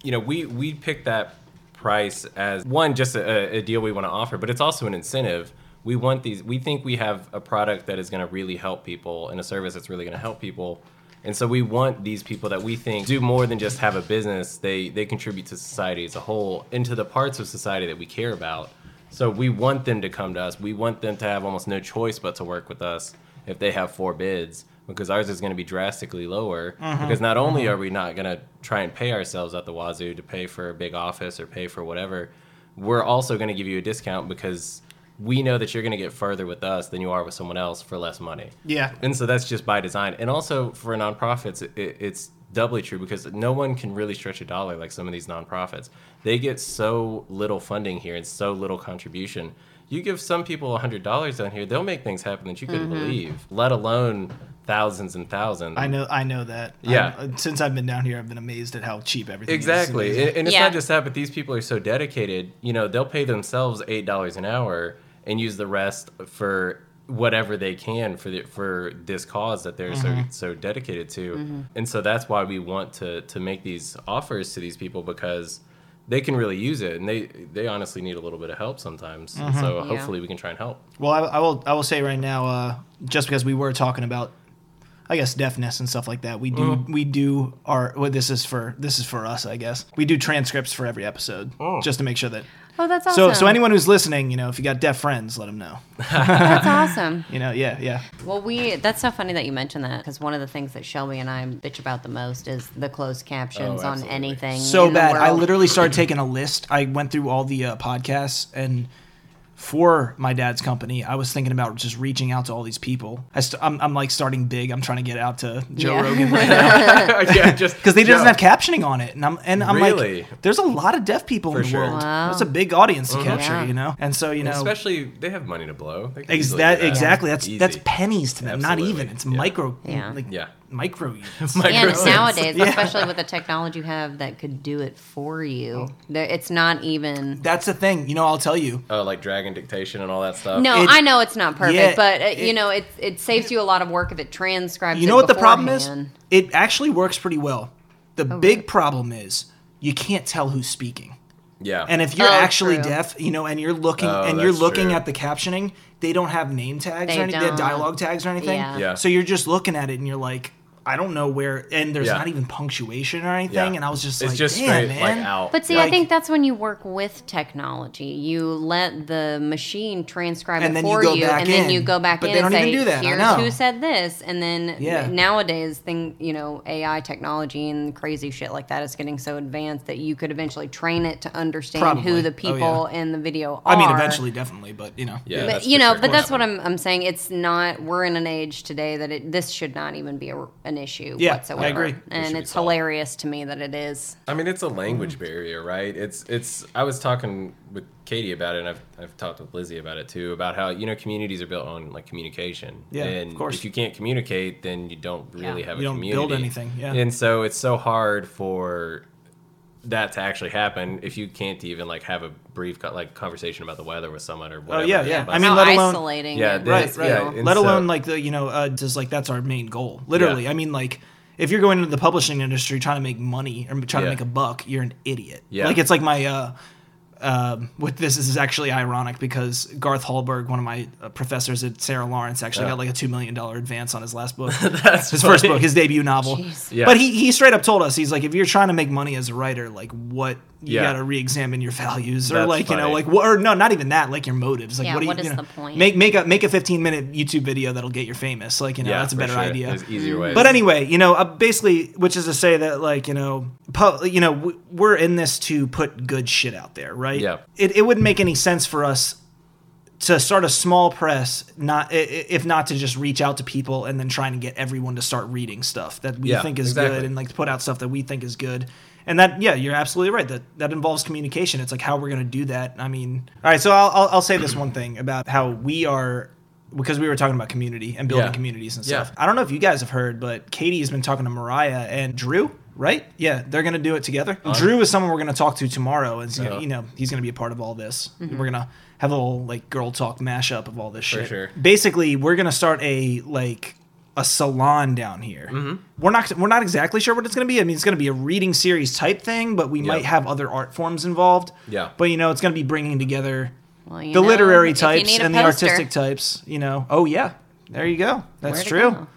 Speaker 4: you know, we we picked that price as one, just a, a deal we want to offer, but it's also an incentive. We want these we think we have a product that is gonna really help people and a service that's really gonna help people. And so we want these people that we think do more than just have a business. They they contribute to society as a whole, into the parts of society that we care about. So we want them to come to us. We want them to have almost no choice but to work with us if they have four bids, because ours is going to be drastically lower. Because not only are we not going to try and pay ourselves at the wazoo to pay for a big office or pay for whatever, we're also going to give you a discount because we know that you're going to get further with us than you are with someone else for less money.
Speaker 1: Yeah.
Speaker 4: And so that's just by design. And also for nonprofits, it, it's doubly true because no one can really stretch a dollar like some of these nonprofits. They get so little funding here and so little contribution. You give some people $100 down here, they'll make things happen that you couldn't believe, let alone thousands and thousands.
Speaker 1: I know, I know that.
Speaker 4: Yeah.
Speaker 1: I'm- since I've been down here, I've been amazed at how cheap everything is.
Speaker 4: Exactly. And, and it's
Speaker 5: Yeah.
Speaker 4: not just that, but these people are so dedicated, you know, they'll pay themselves $8 an hour and use the rest for whatever they can for the, for this cause that they're
Speaker 5: Mm-hmm.
Speaker 4: so so dedicated to. And so that's why we want to to make these offers to these people because they can really use it and they they honestly need a little bit of help sometimes. So
Speaker 5: Mm-hmm. Yeah.
Speaker 4: hopefully we can try
Speaker 3: *laughs*
Speaker 4: and help.
Speaker 1: Well, I, I will. I will say right now, uh, just because we were talking about, I guess deafness and stuff like that, we do. We do our. Well, this is for this is for us, I guess. We do transcripts for every episode, just to make sure that.
Speaker 5: Oh, that's
Speaker 1: So
Speaker 5: awesome.
Speaker 1: so anyone who's listening, you know, if you got deaf friends, let them know.
Speaker 4: *laughs*
Speaker 5: That's awesome.
Speaker 1: You know, yeah,
Speaker 5: *laughs*
Speaker 1: yeah.
Speaker 5: Well, we that's so funny that you mentioned that because one of the things that Shelby and I bitch about the most is the closed captions
Speaker 4: Oh,
Speaker 5: on
Speaker 4: absolutely.
Speaker 5: anything.
Speaker 3: so
Speaker 5: in the
Speaker 3: bad. I
Speaker 5: world.
Speaker 3: literally started taking a list. I went through all the uh, podcasts and for my dad's company, I was thinking about just reaching out to all these people. I st- I'm, I'm like starting big. I'm trying to get out to Joe
Speaker 5: Yeah.
Speaker 3: Rogan right now
Speaker 4: *laughs* yeah, just
Speaker 3: because they doesn't
Speaker 4: yeah.
Speaker 3: have captioning on it, and I'm and I'm
Speaker 4: Really?
Speaker 3: like, there's a lot of deaf people in the
Speaker 4: sure. Uh-huh.
Speaker 3: world.
Speaker 5: Wow.
Speaker 3: That's a big audience to capture,
Speaker 5: Yeah.
Speaker 3: you know. And so you know,
Speaker 4: especially they have money to blow. They can
Speaker 3: Ex-
Speaker 4: easily do
Speaker 3: that, exactly. That's
Speaker 4: Easy.
Speaker 3: that's pennies to them.
Speaker 4: Absolutely.
Speaker 3: Not even. It's
Speaker 4: Yeah.
Speaker 3: micro.
Speaker 5: Yeah.
Speaker 3: Like,
Speaker 4: Yeah. *laughs*
Speaker 3: Micro units. *laughs*
Speaker 5: And
Speaker 4: Micro-
Speaker 5: nowadays, especially with the technology you have that could do it for you, there- it's not even.
Speaker 3: That's the thing. You know, I'll tell you.
Speaker 4: *laughs* Oh, like dragon dictation and all that stuff.
Speaker 5: No,
Speaker 3: It-
Speaker 5: I know it's not perfect,
Speaker 3: yeah,
Speaker 5: but uh, you
Speaker 3: it-
Speaker 5: know it it saves you a lot of work if it transcribes.
Speaker 3: You
Speaker 5: it
Speaker 3: know what the problem is?
Speaker 5: beforehand. Oh,
Speaker 3: It actually works pretty well. The big problem is you can't tell who's speaking.
Speaker 4: Yeah.
Speaker 3: And if you're
Speaker 5: Oh,
Speaker 3: actually
Speaker 5: true.
Speaker 3: deaf, you know, and you're looking
Speaker 4: Oh,
Speaker 3: and you're
Speaker 4: that's
Speaker 3: looking
Speaker 4: true.
Speaker 3: at the captioning, they don't have name tags
Speaker 5: They
Speaker 3: or any they have
Speaker 5: don't.
Speaker 3: dialogue tags or anything.
Speaker 5: Yeah.
Speaker 4: Yeah.
Speaker 3: So you're just looking at it and you're like, I don't know where and there's
Speaker 4: Yeah.
Speaker 3: not even punctuation or anything.
Speaker 4: Yeah.
Speaker 3: And I was just
Speaker 4: it's
Speaker 3: like,
Speaker 4: just
Speaker 3: Damn,
Speaker 4: straight
Speaker 3: man.
Speaker 4: like out.
Speaker 5: But see, I
Speaker 3: Like-
Speaker 5: think that's when you work with technology. You let the machine transcribe
Speaker 3: And
Speaker 5: it
Speaker 3: then you
Speaker 5: for
Speaker 3: go
Speaker 5: you,
Speaker 3: back
Speaker 5: and then
Speaker 3: in.
Speaker 5: you go back
Speaker 3: But
Speaker 5: in
Speaker 3: they
Speaker 5: and
Speaker 3: don't
Speaker 5: say,
Speaker 3: even do that, I
Speaker 5: "Here's
Speaker 3: know.
Speaker 5: who said this." And then
Speaker 3: Yeah.
Speaker 5: nowadays, thing you know, AI technology and crazy shit like that is getting so advanced that you could eventually train it to understand
Speaker 3: Probably.
Speaker 5: who the
Speaker 3: Oh, yeah.
Speaker 5: people in the video are.
Speaker 3: I mean, eventually, definitely, but you know,
Speaker 4: Yeah,
Speaker 5: But,
Speaker 4: that's
Speaker 5: you
Speaker 4: for
Speaker 5: know,
Speaker 4: sure.
Speaker 5: but that's what I'm, I'm saying. It's not. We're in an age today that it, this should not even be a, an issue
Speaker 3: Yeah, I
Speaker 5: whatsoever.
Speaker 3: agree. It
Speaker 4: should
Speaker 5: And
Speaker 4: be
Speaker 5: it's
Speaker 4: solved.
Speaker 5: hilarious to me that it is.
Speaker 4: I mean, it's
Speaker 3: Mm-hmm.
Speaker 4: a language barrier, right? It's it's. I was talking with Katie about it, and I've I've talked with Lizzie about it too, about how you know communities are built on like communication.
Speaker 3: Yeah,
Speaker 4: and
Speaker 3: of course.
Speaker 4: If you can't communicate, then you don't really
Speaker 5: Yeah.
Speaker 4: have
Speaker 3: You
Speaker 4: a
Speaker 3: don't
Speaker 4: community.
Speaker 3: build anything, yeah.
Speaker 4: And so it's so hard for that to actually happen if you can't even like have a brief co- like conversation about the weather with someone or whatever.
Speaker 3: Oh, yeah,
Speaker 4: that
Speaker 3: yeah.
Speaker 4: bus-
Speaker 3: I mean,
Speaker 5: How
Speaker 3: let alone-
Speaker 5: isolating.
Speaker 4: Yeah,
Speaker 5: it
Speaker 4: that-
Speaker 3: right,
Speaker 5: is,
Speaker 3: right.
Speaker 5: you
Speaker 4: yeah,
Speaker 5: know.
Speaker 4: and
Speaker 3: Let
Speaker 4: so-
Speaker 3: alone like the you know uh, just like that's our main goal. Literally, I mean like if you're going into the publishing industry trying to make money or trying
Speaker 4: Yeah.
Speaker 3: to make a buck, you're an idiot.
Speaker 4: Yeah.
Speaker 3: like it's like my. uh um, with this is actually ironic because Garth Hallberg, one of my uh, professors at Sarah Lawrence, actually
Speaker 4: Yeah.
Speaker 3: got like a two million dollar advance on his last book,
Speaker 4: *laughs* That's
Speaker 3: his first
Speaker 4: funny.
Speaker 3: book, his debut novel.
Speaker 4: Yeah.
Speaker 3: But he he straight up told us he's like, if you're trying to make money as a writer, like what you
Speaker 4: Yeah.
Speaker 3: got to re-examine your values or
Speaker 4: That's
Speaker 3: like you know
Speaker 4: funny.
Speaker 3: like what or no, not even that, like your motives. Like
Speaker 5: Yeah,
Speaker 3: what, do you,
Speaker 5: what is
Speaker 3: you know,
Speaker 5: the point?
Speaker 3: Make make a make a 15 minute YouTube video that'll get you famous. Like you know,
Speaker 4: Yeah,
Speaker 3: that's a
Speaker 4: for
Speaker 3: better
Speaker 4: sure.
Speaker 3: idea.
Speaker 4: There's
Speaker 5: Mm-hmm.
Speaker 4: easier ways.
Speaker 3: But anyway, you know, uh, basically, which is to say that, like, you know, pu- you know, w- we're in this to put good shit out there, right?
Speaker 4: Yeah.
Speaker 3: It, it wouldn't make any sense for us to start a small press, not i- i- if not to just reach out to people and then trying to get everyone to start reading stuff that we
Speaker 4: Yeah,
Speaker 3: think is
Speaker 4: exactly.
Speaker 3: good and like to put out stuff that we think is good. And that, yeah, you're absolutely right. That that involves communication. It's like how we're gonna do that. I mean, all right. So I'll I'll, I'll say this one thing about how we are because we were talking about community and building
Speaker 4: Yeah.
Speaker 3: communities and
Speaker 4: Yeah.
Speaker 3: stuff. I don't know if you guys have heard, but Katie has been talking to Mariah and Drew. Right? Yeah, they're gonna do it together. Drew is someone we're gonna talk to tomorrow, and
Speaker 4: Uh-huh. Yeah.
Speaker 3: so, you know he's gonna be a part of all this. We're gonna have a little like girl talk mashup of all this shit.
Speaker 4: sure.
Speaker 3: Basically, we're gonna start a like a salon down here.
Speaker 4: Mm-hmm.
Speaker 3: We're not we're not exactly sure what it's gonna be. I mean, it's gonna be a reading series type thing, but we might have other art forms involved.
Speaker 4: Yeah.
Speaker 3: But you know, it's gonna be bringing together
Speaker 5: Well, you
Speaker 3: the
Speaker 5: know,
Speaker 3: literary
Speaker 5: if you
Speaker 3: types
Speaker 5: need a
Speaker 3: and the
Speaker 5: poster,
Speaker 3: artistic types. You know. Oh yeah, there you go. That's
Speaker 5: where to
Speaker 3: true.
Speaker 5: go?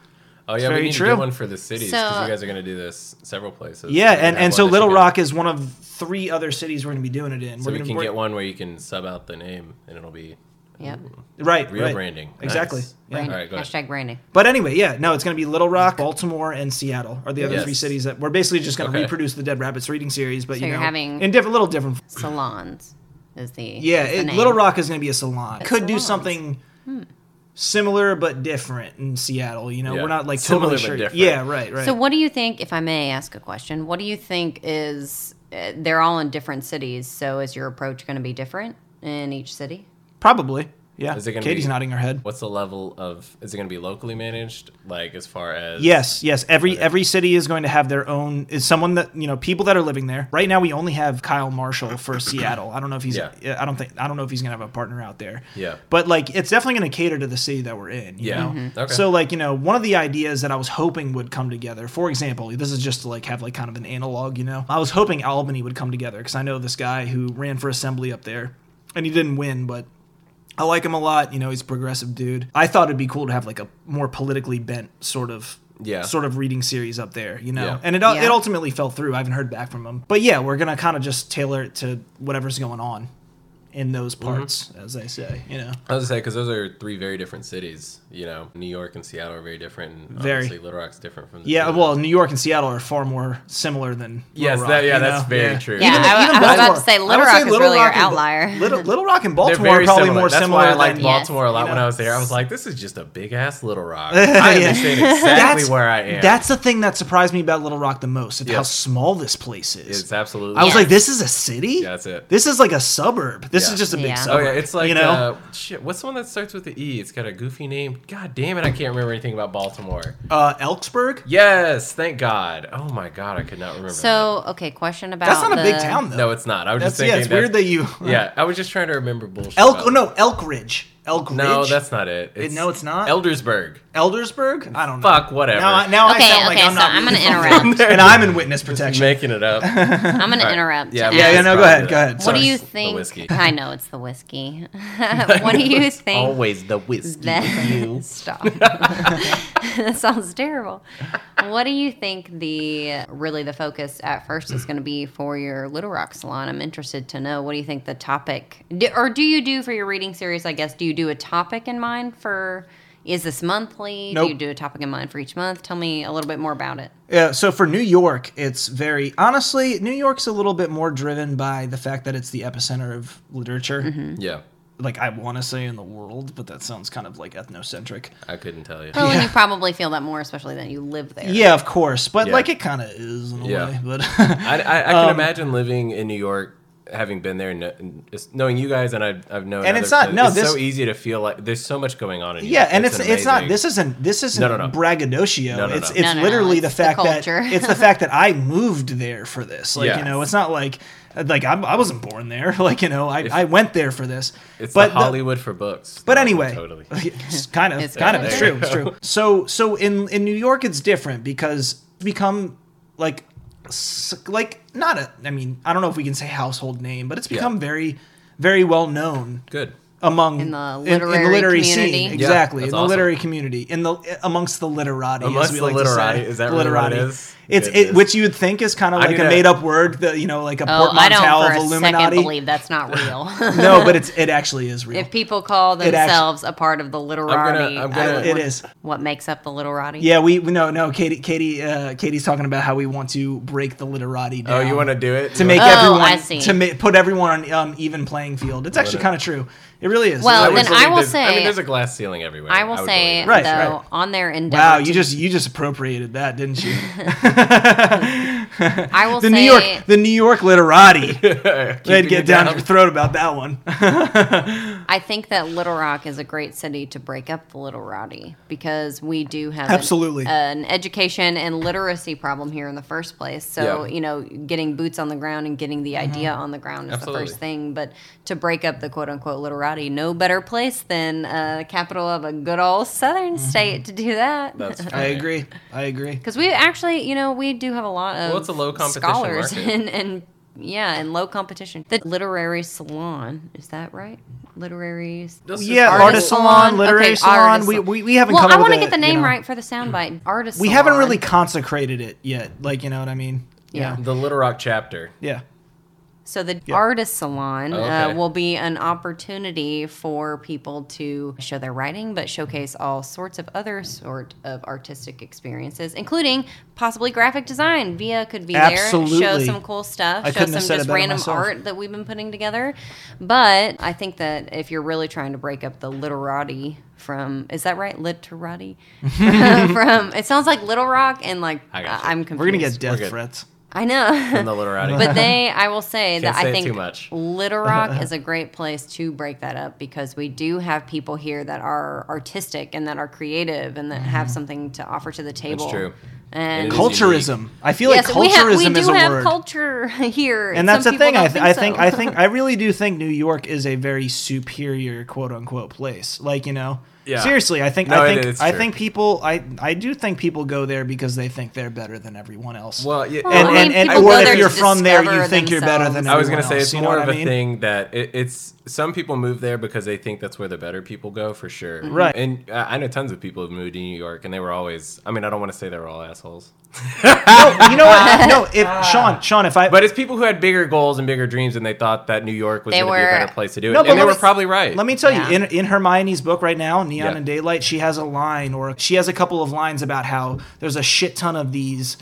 Speaker 4: Oh yeah,
Speaker 3: very
Speaker 4: we need
Speaker 3: true.
Speaker 4: to do one for the cities because
Speaker 5: So-
Speaker 4: you guys are gonna do this several places.
Speaker 3: Yeah,
Speaker 4: We're gonna
Speaker 3: and,
Speaker 4: have
Speaker 3: and
Speaker 4: one
Speaker 3: so
Speaker 4: that
Speaker 3: Little
Speaker 4: you can-
Speaker 3: Rock is one of three other cities we're gonna be doing it in.
Speaker 4: So
Speaker 3: we're
Speaker 4: we
Speaker 3: gonna
Speaker 4: can
Speaker 3: we're-
Speaker 4: get one where you can sub out the name and it'll be
Speaker 5: Yep.
Speaker 3: right,
Speaker 4: real
Speaker 3: right.
Speaker 4: branding.
Speaker 3: Exactly.
Speaker 4: Nice.
Speaker 3: Yeah.
Speaker 5: Branding.
Speaker 4: Mm-hmm. All right, go ahead.
Speaker 5: Hashtag branding.
Speaker 3: But anyway, yeah, no, it's going to be Little Rock, Baltimore, and Seattle are the other
Speaker 4: Yes.
Speaker 3: three cities that we're basically just going to
Speaker 4: Okay.
Speaker 3: reproduce the Dead Rabbits reading series, but
Speaker 5: So
Speaker 3: you
Speaker 5: you're
Speaker 3: know,
Speaker 5: having-
Speaker 3: in different, little different.
Speaker 5: Salons is the
Speaker 3: Yeah,
Speaker 5: is the
Speaker 3: it,
Speaker 5: name.
Speaker 3: Little Rock is going to be a salon. Could do
Speaker 5: salons. Hmm.
Speaker 3: something similar but different in Seattle. You know,
Speaker 4: Yeah.
Speaker 3: we're not like
Speaker 4: Similar
Speaker 3: totally
Speaker 4: but
Speaker 3: sure.
Speaker 4: different.
Speaker 3: Yeah, right, right.
Speaker 5: So, what do you think? If I may ask a question, what do you think is uh, they're all in different cities? So, is your approach going to be different in each city?
Speaker 3: Probably. Yeah.
Speaker 4: Is it gonna
Speaker 3: Katie's
Speaker 4: be-
Speaker 3: nodding her head.
Speaker 4: What's the level of? Is it going to be locally managed? Like as far as
Speaker 3: Yes, yes. Every every city is going to have their own is someone that you know people that are living there. Right now, we only have Kyle Marshall
Speaker 4: *coughs*
Speaker 3: for Seattle. I don't know if he's.
Speaker 4: Yeah.
Speaker 3: I don't think. I don't know if he's gonna have a partner out there.
Speaker 4: Yeah.
Speaker 3: But like, it's definitely gonna cater to the city that we're in. You
Speaker 4: Yeah.
Speaker 3: Know?
Speaker 4: Mhm. Okay.
Speaker 3: So like, you know, one of the ideas that I was hoping would come together. For example, this is just to like have like kind of an analog. You know, I was hoping Albany would come together because I know this guy who ran for assembly up there, and he didn't win, but I like him a lot. You know, he's a progressive dude. I thought it'd be cool to have like a more politically bent sort of
Speaker 4: Yeah.
Speaker 3: sort of reading series up there. You know,
Speaker 4: Yeah.
Speaker 3: and it
Speaker 5: Yeah.
Speaker 3: it ultimately fell through. I haven't heard back from him, but yeah, we're gonna kind of just tailor it to whatever's going on in those
Speaker 4: Mm-hmm.
Speaker 3: parts, as they say. You know,
Speaker 4: I was gonna say because those are three very different cities. You know, New York and Seattle are very different. And
Speaker 3: Very.
Speaker 4: Obviously, Little Rock's different from the
Speaker 3: yeah.
Speaker 4: other.
Speaker 3: Well, New York and Seattle are far more similar than
Speaker 4: Yes,
Speaker 3: Little Rock,
Speaker 4: that, yeah,
Speaker 3: you know?
Speaker 4: that's very
Speaker 3: Yeah.
Speaker 4: true.
Speaker 5: Yeah,
Speaker 3: Even- even
Speaker 5: I- I was about to
Speaker 3: Baltimore.
Speaker 5: say
Speaker 3: I would
Speaker 5: Little Rock is really your
Speaker 3: and Ba-
Speaker 5: outlier.
Speaker 3: Little, Little Rock and
Speaker 4: They're
Speaker 3: Baltimore
Speaker 4: very
Speaker 3: are probably
Speaker 4: similar.
Speaker 3: more
Speaker 4: That's
Speaker 3: similar.
Speaker 4: why I like
Speaker 3: than,
Speaker 5: Yes.
Speaker 4: Baltimore a lot
Speaker 3: you
Speaker 4: when
Speaker 3: know?
Speaker 4: I was there. I was like, this is just a big ass
Speaker 3: *laughs*
Speaker 4: Little Rock. I
Speaker 3: Yeah.
Speaker 4: understand exactly
Speaker 3: That's-
Speaker 4: where I am.
Speaker 3: That's the thing that surprised me about Little Rock the most, is
Speaker 4: Yeah.
Speaker 3: how small this place is.
Speaker 4: it's absolutely.
Speaker 3: I was
Speaker 5: Yeah.
Speaker 3: like, this is a city?
Speaker 4: Yeah, that's it.
Speaker 3: This is like a suburb. This
Speaker 4: Yeah.
Speaker 3: is just a big
Speaker 5: Yeah.
Speaker 4: Oh
Speaker 3: suburb.
Speaker 4: yeah, it's like
Speaker 3: you know?
Speaker 4: uh, shit. What's the one that starts with the E? It's got a goofy name. God damn it, I can't remember anything about Baltimore.
Speaker 3: uh, Elksburg?
Speaker 4: Yes, thank God. Oh my God, I could not remember.
Speaker 5: So, okay, question about
Speaker 3: That's not a big
Speaker 5: the-
Speaker 3: town,
Speaker 4: that.
Speaker 3: though.
Speaker 4: no, it's not. I was
Speaker 3: that's,
Speaker 4: just
Speaker 3: yeah,
Speaker 4: thinking.
Speaker 3: it's weird that
Speaker 4: that's-
Speaker 3: you.
Speaker 4: *laughs* Yeah, I was just trying to remember bullshit.
Speaker 3: Elk,
Speaker 4: about
Speaker 3: oh,
Speaker 4: it.
Speaker 3: no, Elk Ridge. Elk Ridge?
Speaker 4: no, that's not it. It's,
Speaker 3: no, it's not?
Speaker 4: Eldersburg.
Speaker 3: Eldersburg? I don't know.
Speaker 4: Fuck, whatever.
Speaker 3: Now, I- now I
Speaker 5: Okay,
Speaker 3: sound like
Speaker 5: okay,
Speaker 3: I'm
Speaker 5: so
Speaker 3: not.
Speaker 5: I'm
Speaker 3: really
Speaker 5: gonna
Speaker 3: from- *laughs*
Speaker 5: interrupt.
Speaker 3: and I'm in witness
Speaker 4: Just
Speaker 3: protection.
Speaker 4: making
Speaker 3: *laughs*
Speaker 4: it up. yeah,
Speaker 5: I'm going to interrupt.
Speaker 4: yeah,
Speaker 5: and
Speaker 3: yeah,
Speaker 5: ask,
Speaker 3: yeah, no, go
Speaker 4: Probably
Speaker 3: ahead.
Speaker 4: the-
Speaker 3: Go ahead.
Speaker 5: What do
Speaker 3: Sorry.
Speaker 5: you
Speaker 4: The
Speaker 5: think?
Speaker 4: whiskey.
Speaker 5: I know it's
Speaker 4: *laughs*
Speaker 5: the whiskey. *laughs* what do you think?
Speaker 4: Always the whiskey.
Speaker 5: that
Speaker 4: you.
Speaker 5: stop. that sounds terrible. What do you think the really the focus at first is going to be for your Little Rock salon? I'm interested to know. What do you think the topic, do, or do you do for your reading series? I guess do you do a topic in mind for? Is this monthly? Do you
Speaker 3: Nope.
Speaker 5: do a topic in mind for each month? Tell me a little bit more about it.
Speaker 3: Yeah, so for New York, it's very honestly, New York's a little bit more driven by the fact that it's the epicenter of literature.
Speaker 5: Mm-hmm.
Speaker 4: Yeah,
Speaker 3: Like I want to say in the world, but that sounds kind of like ethnocentric.
Speaker 4: I couldn't tell you.
Speaker 5: Well, and you probably feel that more, especially that you live there.
Speaker 3: Yeah, of course, but
Speaker 4: Yeah.
Speaker 3: like it kind of is in a
Speaker 4: Yeah.
Speaker 3: way. But *laughs*
Speaker 4: I, I, I can
Speaker 3: Um,
Speaker 4: imagine living in New York, having been there, and and just knowing you guys, and I've, I've known.
Speaker 3: And
Speaker 4: other
Speaker 3: it's not-
Speaker 4: places.
Speaker 3: no,
Speaker 4: It's
Speaker 3: this-
Speaker 4: so easy to feel like there's so much going on in. New
Speaker 3: yeah,
Speaker 4: York.
Speaker 3: and it's it's not.
Speaker 4: amazing.
Speaker 3: This isn't this isn't
Speaker 4: No, no, no.
Speaker 3: braggadocio.
Speaker 4: No, no,
Speaker 3: It's
Speaker 4: no.
Speaker 3: it's
Speaker 5: No, no, no,
Speaker 3: literally the
Speaker 5: it's the
Speaker 3: fact that
Speaker 5: culture.
Speaker 3: *laughs* it's the fact that I moved there for this. Like you
Speaker 4: Yes.
Speaker 3: know, it's not like like I'm, I wasn't born there. *laughs* Like you know, I, I went there for this.
Speaker 4: It's
Speaker 3: but
Speaker 4: the
Speaker 3: the-
Speaker 4: Hollywood for books.
Speaker 3: But
Speaker 4: No,
Speaker 3: anyway,
Speaker 4: totally.
Speaker 3: *laughs* it's kind of,
Speaker 5: It's
Speaker 3: kind of,
Speaker 5: kinda
Speaker 3: it's
Speaker 5: there.
Speaker 3: true, it's true. So, so in in New York, it's different because it's become like, s- like not a. I mean, I don't know if we can say household name, but it's become very, very well known *laughs*
Speaker 4: Good.
Speaker 3: among
Speaker 5: In the literary community. Yeah,
Speaker 3: exactly in
Speaker 4: that's
Speaker 3: the
Speaker 4: awesome.
Speaker 3: literary community in the amongst the literati as
Speaker 4: Amongst
Speaker 3: we
Speaker 4: the
Speaker 3: like to say.
Speaker 4: literati, is that
Speaker 3: The
Speaker 4: really what it
Speaker 3: literati.
Speaker 4: is? uh,
Speaker 3: It's
Speaker 4: Goodness.
Speaker 3: it, which you would think is kind of like
Speaker 4: need
Speaker 3: a
Speaker 4: a-
Speaker 3: made up word that you know like a
Speaker 5: Oh, I don't
Speaker 3: portmanteau
Speaker 5: for
Speaker 3: of
Speaker 5: a
Speaker 3: Illuminati.
Speaker 5: second believe that's not real. *laughs*
Speaker 3: no, but it's it actually is real.
Speaker 5: if people call
Speaker 3: actually-
Speaker 5: themselves a part of the literati,
Speaker 4: I'm
Speaker 5: I
Speaker 4: gonna-
Speaker 5: would
Speaker 3: it
Speaker 5: want-
Speaker 3: is.
Speaker 5: What makes up the literati?
Speaker 3: Yeah, we we- no no Katie Katie uh, Katie's talking about how we want to break the literati down.
Speaker 4: Oh, you want to do it
Speaker 3: to make
Speaker 5: Oh, I
Speaker 3: everyone
Speaker 5: see.
Speaker 3: to ma- put everyone on um, even playing field. It's actually
Speaker 4: it.
Speaker 3: kind of true. It really is.
Speaker 5: Well,
Speaker 3: That was
Speaker 5: then
Speaker 4: would
Speaker 5: I
Speaker 4: believe
Speaker 5: will
Speaker 4: there's- I
Speaker 5: say-
Speaker 4: mean, there's a glass ceiling everywhere.
Speaker 5: I will
Speaker 4: would
Speaker 5: say
Speaker 4: believe it.
Speaker 3: Right,
Speaker 5: though
Speaker 3: right.
Speaker 5: on their endeavor.
Speaker 3: wow, you
Speaker 5: to-
Speaker 3: just you just appropriated that, didn't
Speaker 5: *laughs*
Speaker 3: you?
Speaker 5: I will
Speaker 3: The
Speaker 5: say
Speaker 3: New York, the New York literati. They'd
Speaker 4: *laughs* Keeping
Speaker 3: get
Speaker 4: it
Speaker 3: down your throat about that one.
Speaker 5: I think that Little Rock is a great city to break up the Little Rowdy because we do have an-
Speaker 3: Absolutely.
Speaker 5: an, education and literacy problem here in the first place. So,
Speaker 4: Yeah. Mm-hmm.
Speaker 5: you know, getting boots on the ground and getting the idea on the ground is
Speaker 4: Absolutely.
Speaker 5: the first thing. But to break up the quote unquote Little Rowdy, no better place than uh, capital of a good old southern state to do that.
Speaker 4: Mm-hmm.
Speaker 3: *laughs*
Speaker 5: *laughs*
Speaker 4: That's
Speaker 5: Because
Speaker 4: fair.
Speaker 3: I
Speaker 5: *laughs*
Speaker 3: agree.
Speaker 5: we actually, you know, we do have a lot of
Speaker 4: Well, it's a low competition
Speaker 5: scholars
Speaker 4: market.
Speaker 5: *laughs* and, and yeah, and low competition. The literary salon is that right? Literary
Speaker 4: This is-
Speaker 3: Yeah,
Speaker 5: Artist
Speaker 3: artist salon,
Speaker 5: salon.
Speaker 3: literary
Speaker 5: Okay,
Speaker 3: salon.
Speaker 5: artist
Speaker 3: We,
Speaker 5: salon.
Speaker 3: we, we haven't
Speaker 5: well,
Speaker 3: come
Speaker 5: I
Speaker 3: up with
Speaker 5: want to
Speaker 3: a,
Speaker 5: get the
Speaker 3: you
Speaker 5: name
Speaker 3: know-
Speaker 5: right for the soundbite. Artist.
Speaker 3: We haven't
Speaker 5: salon.
Speaker 3: really consecrated it yet. Like you know what I mean?
Speaker 5: Yeah.
Speaker 4: The Little Rock chapter.
Speaker 3: Yeah.
Speaker 5: So the artist salon uh,
Speaker 4: Okay.
Speaker 5: will be an opportunity for people to show their writing, but showcase all sorts of other sort of artistic experiences, including possibly graphic design. Via could be there,
Speaker 3: Absolutely.
Speaker 5: show some cool stuff,
Speaker 3: I
Speaker 5: show
Speaker 3: couldn't
Speaker 5: some
Speaker 3: have said it
Speaker 5: just
Speaker 3: better
Speaker 5: random
Speaker 3: myself.
Speaker 5: art that we've been putting together. But I think that if you're really trying to break up the literati from is that right
Speaker 3: *laughs*
Speaker 5: literati *laughs* from it sounds like little rock and like
Speaker 4: I
Speaker 5: I
Speaker 4: got you.
Speaker 5: i'm confused
Speaker 3: We're gonna get
Speaker 4: We're
Speaker 3: death
Speaker 4: good.
Speaker 3: threats.
Speaker 5: i know
Speaker 4: From the Little Rowdy.
Speaker 5: but they, I will say that
Speaker 4: Can't say
Speaker 5: I
Speaker 4: it
Speaker 5: think
Speaker 4: too much.
Speaker 5: Little Rock
Speaker 4: *laughs*
Speaker 5: is a great place to break that up because we do have people here that are artistic and that are creative and that have something to offer to the table.
Speaker 4: Mm-hmm. true.
Speaker 5: And
Speaker 4: It is
Speaker 3: Culturism. I feel
Speaker 5: yes,
Speaker 3: like
Speaker 5: we, have, we
Speaker 3: culturism
Speaker 5: do
Speaker 3: is a
Speaker 5: have
Speaker 3: word.
Speaker 5: culture *laughs* here,
Speaker 3: and that's
Speaker 5: some
Speaker 3: the thing.
Speaker 5: people
Speaker 3: I,
Speaker 5: don't
Speaker 3: th- I think
Speaker 5: *laughs* so.
Speaker 3: I think I really do think New York is a very superior quote unquote place. Like you know,
Speaker 4: Yeah.
Speaker 3: seriously, I think
Speaker 4: No,
Speaker 3: I
Speaker 4: it
Speaker 3: think
Speaker 4: is
Speaker 3: I
Speaker 4: true.
Speaker 3: think people I I do think people go there because they think they're better than everyone else.
Speaker 4: well, yeah,
Speaker 5: Well,
Speaker 3: and
Speaker 5: I
Speaker 3: and,
Speaker 5: mean,
Speaker 3: and
Speaker 5: people
Speaker 3: or
Speaker 5: go there
Speaker 3: if
Speaker 5: to
Speaker 3: you're from there, you
Speaker 5: discover
Speaker 3: think you're better than.
Speaker 5: themselves.
Speaker 4: I was gonna
Speaker 3: everyone
Speaker 4: say
Speaker 3: else,
Speaker 4: it's
Speaker 3: you know
Speaker 4: more
Speaker 3: what
Speaker 4: of
Speaker 3: I
Speaker 4: a
Speaker 3: mean?
Speaker 4: thing that it, it's some people move there because they think that's where the better people go for sure.
Speaker 3: Mm-hmm. Right.
Speaker 4: And uh, I know tons of people who moved to New York and they were always. I mean, I don't want to say they were all assholes,
Speaker 3: No, you
Speaker 5: *laughs*
Speaker 3: know what? No,
Speaker 4: *laughs*
Speaker 3: if Sean, Sean, if I
Speaker 4: but it's people who had bigger goals and bigger dreams and they thought that New York was
Speaker 5: They
Speaker 4: going to be a
Speaker 5: were-
Speaker 4: better place to do it.
Speaker 3: No, but
Speaker 4: and they
Speaker 3: let
Speaker 4: were
Speaker 3: me-
Speaker 4: probably right.
Speaker 3: Let me tell
Speaker 5: Yeah.
Speaker 3: you, in, in Hermione's book right now, Neon
Speaker 4: Yeah.
Speaker 3: and Daylight, she has a line or she has a couple of lines about how there's a shit ton of these.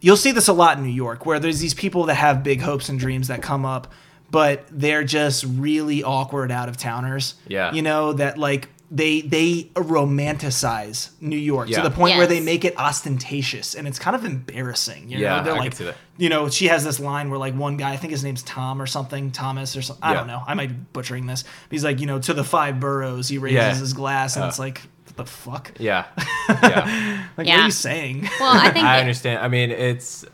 Speaker 3: You'll see this a lot in New York where there's these people that have big hopes and dreams that come up, but they're just really awkward out of towners.
Speaker 4: Yeah.
Speaker 3: You know, that like they they romanticize New York
Speaker 4: Yeah.
Speaker 3: to the point where they
Speaker 5: Yes.
Speaker 3: make it ostentatious and it's kind of embarrassing. You
Speaker 4: Yeah,
Speaker 3: know, they're
Speaker 4: I
Speaker 3: like,
Speaker 4: can see that.
Speaker 3: you know, she has this line where like one guy, I think his name's Tom or something, Thomas or something. I
Speaker 4: Yeah.
Speaker 3: don't know. I might be butchering this. But he's like, you know, to the five boroughs, he raises
Speaker 4: Yeah.
Speaker 3: his glass, and it's like, what the fuck? *laughs*
Speaker 4: yeah. Yeah.
Speaker 3: Like, what
Speaker 5: Yeah.
Speaker 3: are you saying? *laughs*
Speaker 5: well, I think
Speaker 4: I
Speaker 5: that-
Speaker 4: understand. I mean, it's.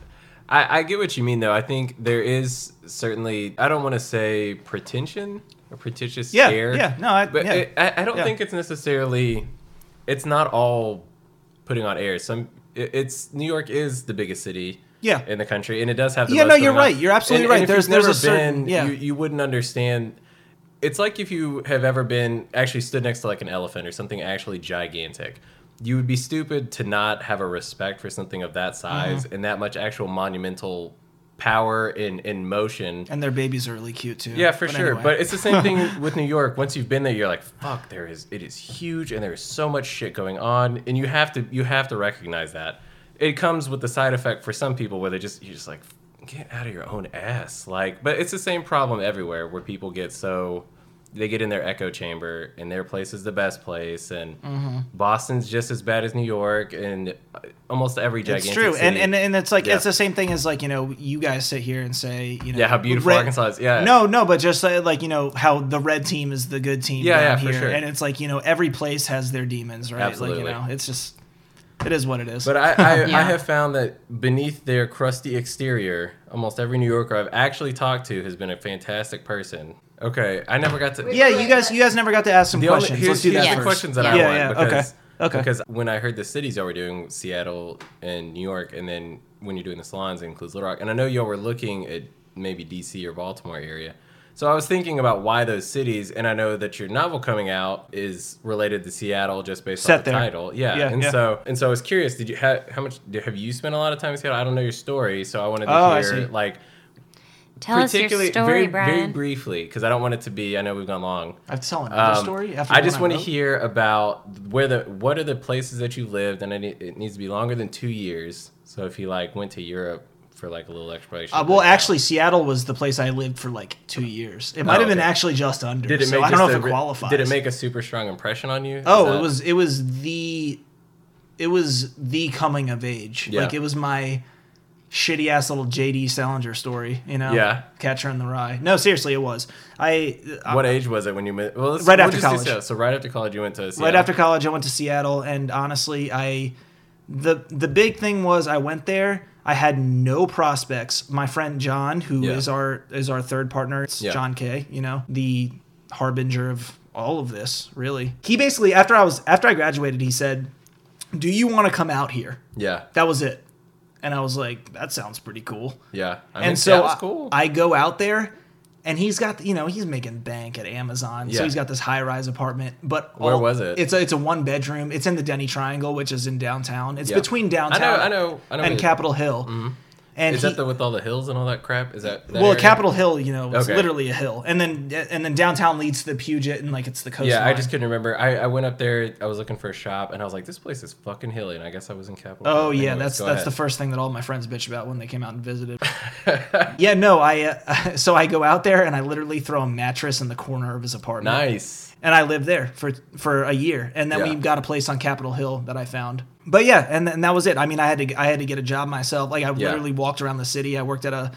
Speaker 4: I, I get what you mean, though. I think there is certainly. I don't want to say pretension or pretentious
Speaker 3: Yeah,
Speaker 4: air.
Speaker 3: yeah, no, I-
Speaker 4: but
Speaker 3: yeah.
Speaker 4: it, I, I don't
Speaker 3: Yeah.
Speaker 4: think it's necessarily. It's not all putting on air. Some. It, it's New York is the biggest city.
Speaker 3: Yeah.
Speaker 4: In the country, and it does have. The
Speaker 3: Yeah,
Speaker 4: most
Speaker 3: no, you're
Speaker 4: going on.
Speaker 3: right. You're absolutely
Speaker 4: And- and
Speaker 3: right.
Speaker 4: if you've
Speaker 3: There's- there's a
Speaker 4: never
Speaker 3: certain-
Speaker 4: been,
Speaker 3: yeah.
Speaker 4: You, you wouldn't understand. It's like if you have ever been actually stood next to like an elephant or something actually gigantic. You would be stupid to not have a respect for something of that size and that much actual monumental power in in motion.
Speaker 3: and their babies are really cute too.
Speaker 4: Yeah, for sure.
Speaker 3: anyway.
Speaker 4: But it's the
Speaker 3: *laughs*
Speaker 4: same thing with New York. Once you've been there, you're like, fuck, there is it is huge and there is so much shit going on and you have to you have to recognize that. It comes with the side effect for some people where they just you're just like get out of your own ass. Like, but it's the same problem everywhere where people get so they get in their echo chamber and their place is the best place and
Speaker 3: Mm-hmm.
Speaker 4: Boston's just as bad as New York and uh, almost every gigantic
Speaker 3: it's true, and,
Speaker 4: city.
Speaker 3: and and it's like
Speaker 4: Yeah.
Speaker 3: it's the same thing as like you know you guys sit here and say you know
Speaker 4: Yeah, how beautiful
Speaker 3: red-
Speaker 4: Arkansas is. Yeah.
Speaker 3: no no but just uh, like you know how the red team is the good team
Speaker 4: Yeah,
Speaker 3: down
Speaker 4: yeah, for
Speaker 3: here
Speaker 4: sure.
Speaker 3: and it's like you know every place has their demons right
Speaker 4: Absolutely.
Speaker 3: like you know it's just it is what it is
Speaker 4: But I, I, I
Speaker 5: Yeah.
Speaker 4: have found that beneath their crusty exterior, almost every New Yorker I've actually talked to has been a fantastic person. Okay, I never got to.
Speaker 3: yeah you guys you guys never got to ask some
Speaker 4: the only,
Speaker 3: questions
Speaker 4: here's,
Speaker 3: let's do
Speaker 4: here's
Speaker 3: that
Speaker 4: the
Speaker 3: first.
Speaker 4: questions that
Speaker 3: Yeah,
Speaker 4: I want
Speaker 3: yeah, okay,
Speaker 4: because
Speaker 3: okay.
Speaker 4: because when I heard the cities y'all were doing Seattle and New York, and then when you're doing the salons, it includes Little Rock, and I know y'all were looking at maybe DC or Baltimore area. So I was thinking about why those cities, and I know that your novel coming out is related to Seattle just based
Speaker 3: Set
Speaker 4: on the
Speaker 3: there.
Speaker 4: title. Yeah,
Speaker 3: Yeah,
Speaker 4: and
Speaker 3: yeah.
Speaker 4: so and so I was curious. Did you have how much have you spent a lot of time in Seattle? I don't know your story, so I wanted to
Speaker 3: Oh, I
Speaker 4: hear
Speaker 3: see.
Speaker 4: like
Speaker 5: tell us your
Speaker 4: particularly
Speaker 5: story,
Speaker 4: very very
Speaker 5: Brian. briefly.
Speaker 4: briefly because I don't want it to be. I know we've gone long.
Speaker 3: I'm telling another
Speaker 4: Um,
Speaker 3: story. After
Speaker 4: I
Speaker 3: the
Speaker 4: just
Speaker 3: one
Speaker 4: want to
Speaker 3: wrote?
Speaker 4: hear about where the what are the places that you lived, and I need, it needs to be longer than two years. So if you like went to Europe for like a little explanation.
Speaker 3: Uh, well, actually, Seattle was the place I lived for like two years. It might have been
Speaker 4: Oh, okay.
Speaker 3: actually just under.
Speaker 4: did it
Speaker 3: so
Speaker 4: make?
Speaker 3: I don't know
Speaker 4: just
Speaker 3: if
Speaker 4: a
Speaker 3: it
Speaker 4: re-
Speaker 3: qualifies.
Speaker 4: Did it make a super strong impression on you? Is
Speaker 3: Oh,
Speaker 4: that-
Speaker 3: it was it was the it was the coming of age.
Speaker 4: Yeah.
Speaker 3: Like it was my shitty ass little JD Salinger story, you know.
Speaker 4: Yeah.
Speaker 3: Catcher in the Rye. No, seriously, it was. I, I
Speaker 4: What age was it when you met? Well, let's-
Speaker 3: uh, Right
Speaker 4: we'll
Speaker 3: after
Speaker 4: just do
Speaker 3: college.
Speaker 4: Seattle. So right after college, you went to Seattle.
Speaker 3: right after college I went to Seattle and honestly, I the the big thing was I went there I had no prospects. My friend John, who is
Speaker 4: Yeah.
Speaker 3: our is our third partner, it's
Speaker 4: Yeah.
Speaker 3: John Kay, you know, the harbinger of all of this, really. He basically after I was after I graduated, he said, "Do you want to come out here?"
Speaker 4: Yeah,
Speaker 3: That was it. And I was like, that sounds pretty cool.
Speaker 4: yeah. I mean,
Speaker 3: and so
Speaker 4: Seattle's
Speaker 3: I,
Speaker 4: cool.
Speaker 3: I go out there and he's got, you know, he's making bank at Amazon. So
Speaker 4: Yeah.
Speaker 3: he's got this high rise apartment. But
Speaker 4: Where was it?
Speaker 3: It's a, it's a one bedroom. It's in the Denny Triangle, which is in downtown. It's
Speaker 4: Yeah.
Speaker 3: between downtown
Speaker 4: I know- I know
Speaker 3: and
Speaker 4: it- Mm-hmm.
Speaker 3: Capitol Hill. And
Speaker 4: is
Speaker 3: he-
Speaker 4: that the with all the hills and all that crap? Is that, that
Speaker 3: well,
Speaker 4: area?
Speaker 3: Capitol Hill, you know, it's
Speaker 4: Okay.
Speaker 3: literally a hill. And then and then downtown leads to the Puget and like it's the coast.
Speaker 4: Yeah, I just couldn't remember. I, I went up there. I was looking for a shop, and I was like, "This place is fucking hilly." And I guess I was in Capitol.
Speaker 3: Oh
Speaker 4: Anyways,
Speaker 3: yeah, that's
Speaker 4: go
Speaker 3: that's
Speaker 4: ahead.
Speaker 3: the first thing that all my friends bitch about when they came out and
Speaker 4: *laughs*
Speaker 3: visited. yeah, no, I uh, *laughs* so I go out there and I literally throw a mattress in the corner of his apartment.
Speaker 4: Nice.
Speaker 3: And I lived there for for a year, and then
Speaker 4: Yeah.
Speaker 3: we got a place on Capitol Hill that I found. But yeah, and, and that was it. I mean, I had to I had to get a job myself. Like I
Speaker 4: Yeah.
Speaker 3: literally walked around the city. I worked at a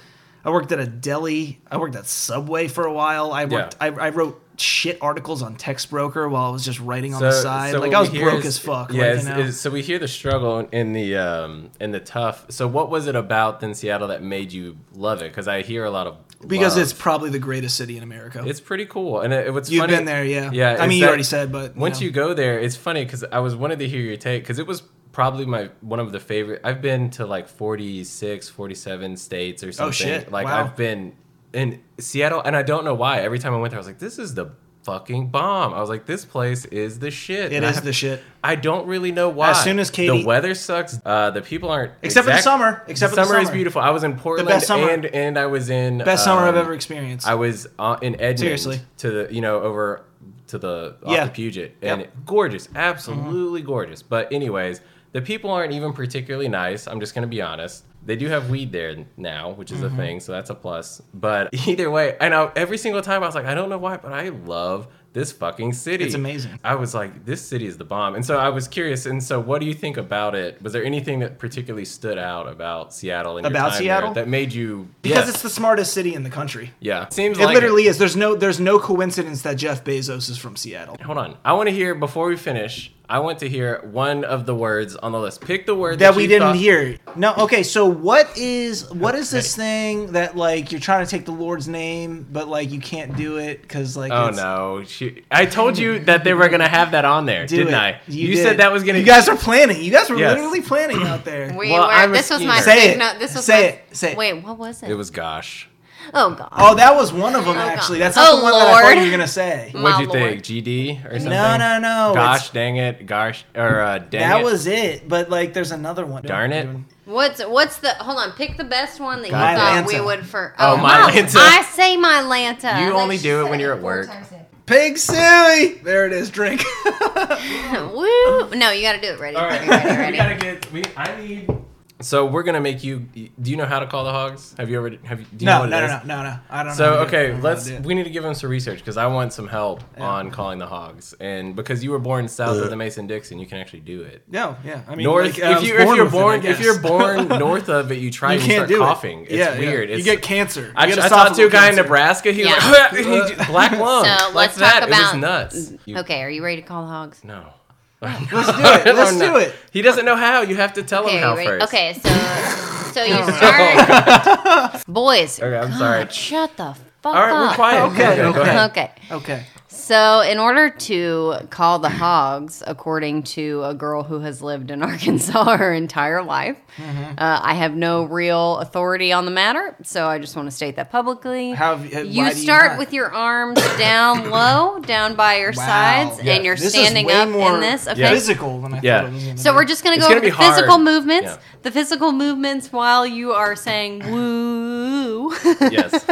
Speaker 3: I worked at a deli. I worked at Subway for a while. I worked I,
Speaker 4: Yeah.
Speaker 3: I wrote shit articles on text broker while I was just writing on
Speaker 4: So,
Speaker 3: the side.
Speaker 4: so
Speaker 3: like
Speaker 4: what
Speaker 3: I was
Speaker 4: we hear
Speaker 3: broke
Speaker 4: is-
Speaker 3: as fuck.
Speaker 4: Yeah.
Speaker 3: like,
Speaker 4: is-
Speaker 3: you know?
Speaker 4: is- so we hear the struggle in the um in the tough. So what was it about then Seattle that made you love it? Because I hear a lot of
Speaker 3: because
Speaker 4: love.
Speaker 3: it's probably the greatest city in America.
Speaker 4: It's pretty cool, and it, what's
Speaker 3: You've
Speaker 4: funny-
Speaker 3: been there, yeah.
Speaker 4: Yeah,
Speaker 3: I
Speaker 4: is
Speaker 3: mean, you
Speaker 4: that-
Speaker 3: already said, but
Speaker 4: once you go there, it's funny because I was wanted to hear your take because it was probably my one of the favorite. I've been to like 46, 47 states or something.
Speaker 3: Oh, shit.
Speaker 4: Like
Speaker 3: Wow.
Speaker 4: I've been in Seattle, and I don't know why. Every time I went there, I was like, "This is the fucking bomb." I was like, "This place is the shit."
Speaker 3: it
Speaker 4: And I
Speaker 3: is
Speaker 4: have-
Speaker 3: the shit.
Speaker 4: *laughs* I don't really know why.
Speaker 3: As soon as Katie-
Speaker 4: the weather sucks. Uh, the people aren't
Speaker 3: Except for the summer. Except for the
Speaker 4: summer is
Speaker 3: summer.
Speaker 4: beautiful. I was in Portland
Speaker 3: summer.
Speaker 4: and and I was in
Speaker 3: Best summer I've
Speaker 4: um,
Speaker 3: ever experienced.
Speaker 4: I was uh, in Edmond
Speaker 3: Seriously.
Speaker 4: to the you know over to the off
Speaker 3: Yeah.
Speaker 4: the Puget and
Speaker 3: Yep. Mm-hmm.
Speaker 4: gorgeous, absolutely gorgeous. But anyways, the people aren't even particularly nice. I'm just gonna be honest. They do have weed there now, which is
Speaker 3: Mm-hmm.
Speaker 4: a thing, so that's a plus. But *laughs* either way, I know every single time I was like, I don't know why, but I love this fucking city.
Speaker 3: It's amazing.
Speaker 4: I was like, this city is the bomb. And so I was curious. And so, what do you think about it? Was there anything that particularly stood out about Seattle and your
Speaker 3: About
Speaker 4: time there
Speaker 3: Seattle?
Speaker 4: that made you?
Speaker 3: because
Speaker 4: Yeah.
Speaker 3: it's the smartest city in the country.
Speaker 4: yeah, seems
Speaker 3: It
Speaker 4: like
Speaker 3: literally is. There's no there's no coincidence that Jeff Bezos is from Seattle.
Speaker 4: Hold on. I want to hear before we finish. I want to hear one of the words on the list. Pick the word that,
Speaker 3: That we
Speaker 4: you
Speaker 3: didn't
Speaker 4: thought-
Speaker 3: hear. No, okay, so what is what is this thing that like you're trying to take the Lord's name but like you can't do it cuz like
Speaker 4: Oh
Speaker 3: it's,
Speaker 4: no! She, I told you that they were gonna have that on there,
Speaker 3: do
Speaker 4: didn't
Speaker 3: it.
Speaker 4: I? You,
Speaker 3: did.
Speaker 4: said that was gonna.
Speaker 3: You guys are planning. You guys were
Speaker 4: Yes.
Speaker 3: literally planning
Speaker 5: *clears throat*
Speaker 3: out there.
Speaker 5: We
Speaker 4: Well,
Speaker 5: were.
Speaker 4: I'm a
Speaker 5: this was my.
Speaker 4: schemer.
Speaker 3: Say it.
Speaker 5: No, this was
Speaker 3: Say
Speaker 5: my,
Speaker 3: it. Say it.
Speaker 5: Wait, what was it?
Speaker 4: *laughs* It was gosh.
Speaker 5: Oh god.
Speaker 3: Oh, that was one of them
Speaker 5: God.
Speaker 3: actually. That's not
Speaker 5: Oh,
Speaker 3: the one that I thought
Speaker 5: Lord.
Speaker 3: you were going to say.
Speaker 4: What'd you
Speaker 5: My
Speaker 4: think?
Speaker 5: lord.
Speaker 4: GD or something?
Speaker 3: No, no, no.
Speaker 4: Gosh
Speaker 3: It's-
Speaker 4: dang it! Gosh or uh, dang
Speaker 3: That
Speaker 4: it.
Speaker 3: was it, but like there's another one.
Speaker 4: Darn it.
Speaker 5: What's what's the? Hold on. Pick the best one that you
Speaker 3: My
Speaker 5: thought we
Speaker 3: Lanta.
Speaker 5: would for.
Speaker 4: Oh, my
Speaker 5: no,
Speaker 4: Lanta.
Speaker 5: I say my Lanta.
Speaker 4: You
Speaker 5: Like
Speaker 4: only
Speaker 5: she
Speaker 4: do it
Speaker 5: said
Speaker 4: when you're at work.
Speaker 3: Pig suey. There it is. Drink. *laughs*
Speaker 5: *laughs* Woo! No, you got to do it. Ready?
Speaker 3: *laughs*
Speaker 4: All
Speaker 5: Ready? Ready?
Speaker 4: right, we *laughs*
Speaker 5: ready.
Speaker 4: gotta get. We I need.
Speaker 5: *laughs*
Speaker 4: So we're gonna make you. Do you know how to call the hogs? Have you ever? Have you? Do you
Speaker 3: No,
Speaker 4: know what it
Speaker 3: no, no,
Speaker 4: is?
Speaker 3: no, no, no. I don't know.
Speaker 4: *laughs* So
Speaker 3: how to do it. *laughs* I
Speaker 4: okay,
Speaker 3: don't know
Speaker 4: let's.
Speaker 3: how to do it.
Speaker 4: We need to give him some research because I want some help on calling the hogs, and because you were born south of the Mason Dixon, you can actually do it.
Speaker 3: No, yeah. I mean,
Speaker 4: North,
Speaker 3: like, I
Speaker 4: if
Speaker 3: was
Speaker 4: you if you're
Speaker 3: with it, I
Speaker 4: born if
Speaker 3: guess.
Speaker 4: you're
Speaker 3: *laughs*
Speaker 4: born north of it, you try
Speaker 3: you
Speaker 4: and you
Speaker 3: can't
Speaker 4: start
Speaker 3: do
Speaker 4: coughing.
Speaker 3: it.
Speaker 4: It's
Speaker 3: Yeah, yeah.
Speaker 4: weird. It's,
Speaker 3: you get cancer. You
Speaker 4: I,
Speaker 3: get
Speaker 4: I talked to a
Speaker 3: esophageal
Speaker 4: guy in
Speaker 3: cancer.
Speaker 4: Nebraska. *laughs* He
Speaker 5: Yeah.
Speaker 4: was like, black lung.
Speaker 5: So
Speaker 4: like
Speaker 5: let's
Speaker 4: that.
Speaker 5: talk
Speaker 4: It was
Speaker 5: about.
Speaker 4: nuts. You-
Speaker 5: *laughs* Okay, are you ready to call the hogs?
Speaker 4: No. *laughs*
Speaker 3: Let's do it. Let's
Speaker 4: No, no.
Speaker 3: do it.
Speaker 4: He doesn't know how. You have to tell
Speaker 5: Okay,
Speaker 4: him how
Speaker 5: you ready?
Speaker 4: first.
Speaker 5: okay,
Speaker 4: *laughs*
Speaker 5: so so you start, boys.
Speaker 4: Okay, I'm sorry.
Speaker 5: God, Shut the fuck
Speaker 4: All right,
Speaker 5: up. *laughs*
Speaker 4: we're quiet.
Speaker 3: Okay,
Speaker 4: go
Speaker 3: okay.
Speaker 4: ahead.
Speaker 5: Okay.
Speaker 3: Okay.
Speaker 5: So, in order to call the hogs, according to a girl who has lived in *laughs* Arkansas her entire life,
Speaker 3: Mm-hmm.
Speaker 5: uh, I have no real authority on the matter. So, I just want to state that publicly.
Speaker 3: How have you- why
Speaker 5: you
Speaker 3: do you
Speaker 5: start
Speaker 3: not?
Speaker 5: with your arms
Speaker 3: *coughs*
Speaker 5: down low, down by your
Speaker 3: Wow.
Speaker 5: sides,
Speaker 4: Yeah.
Speaker 5: and you're
Speaker 3: This is
Speaker 5: standing
Speaker 3: way
Speaker 5: up
Speaker 3: more
Speaker 5: in this. Okay.
Speaker 4: Yeah.
Speaker 3: Physical than I
Speaker 4: Yeah.
Speaker 3: thought it was. gonna
Speaker 5: So
Speaker 3: be.
Speaker 5: we're just gonna
Speaker 4: It's
Speaker 5: go
Speaker 4: gonna
Speaker 5: over the
Speaker 4: be hard.
Speaker 5: physical movements.
Speaker 4: Yeah.
Speaker 5: The physical movements while you
Speaker 3: *coughs*
Speaker 5: are saying woo *laughs*
Speaker 4: Yes.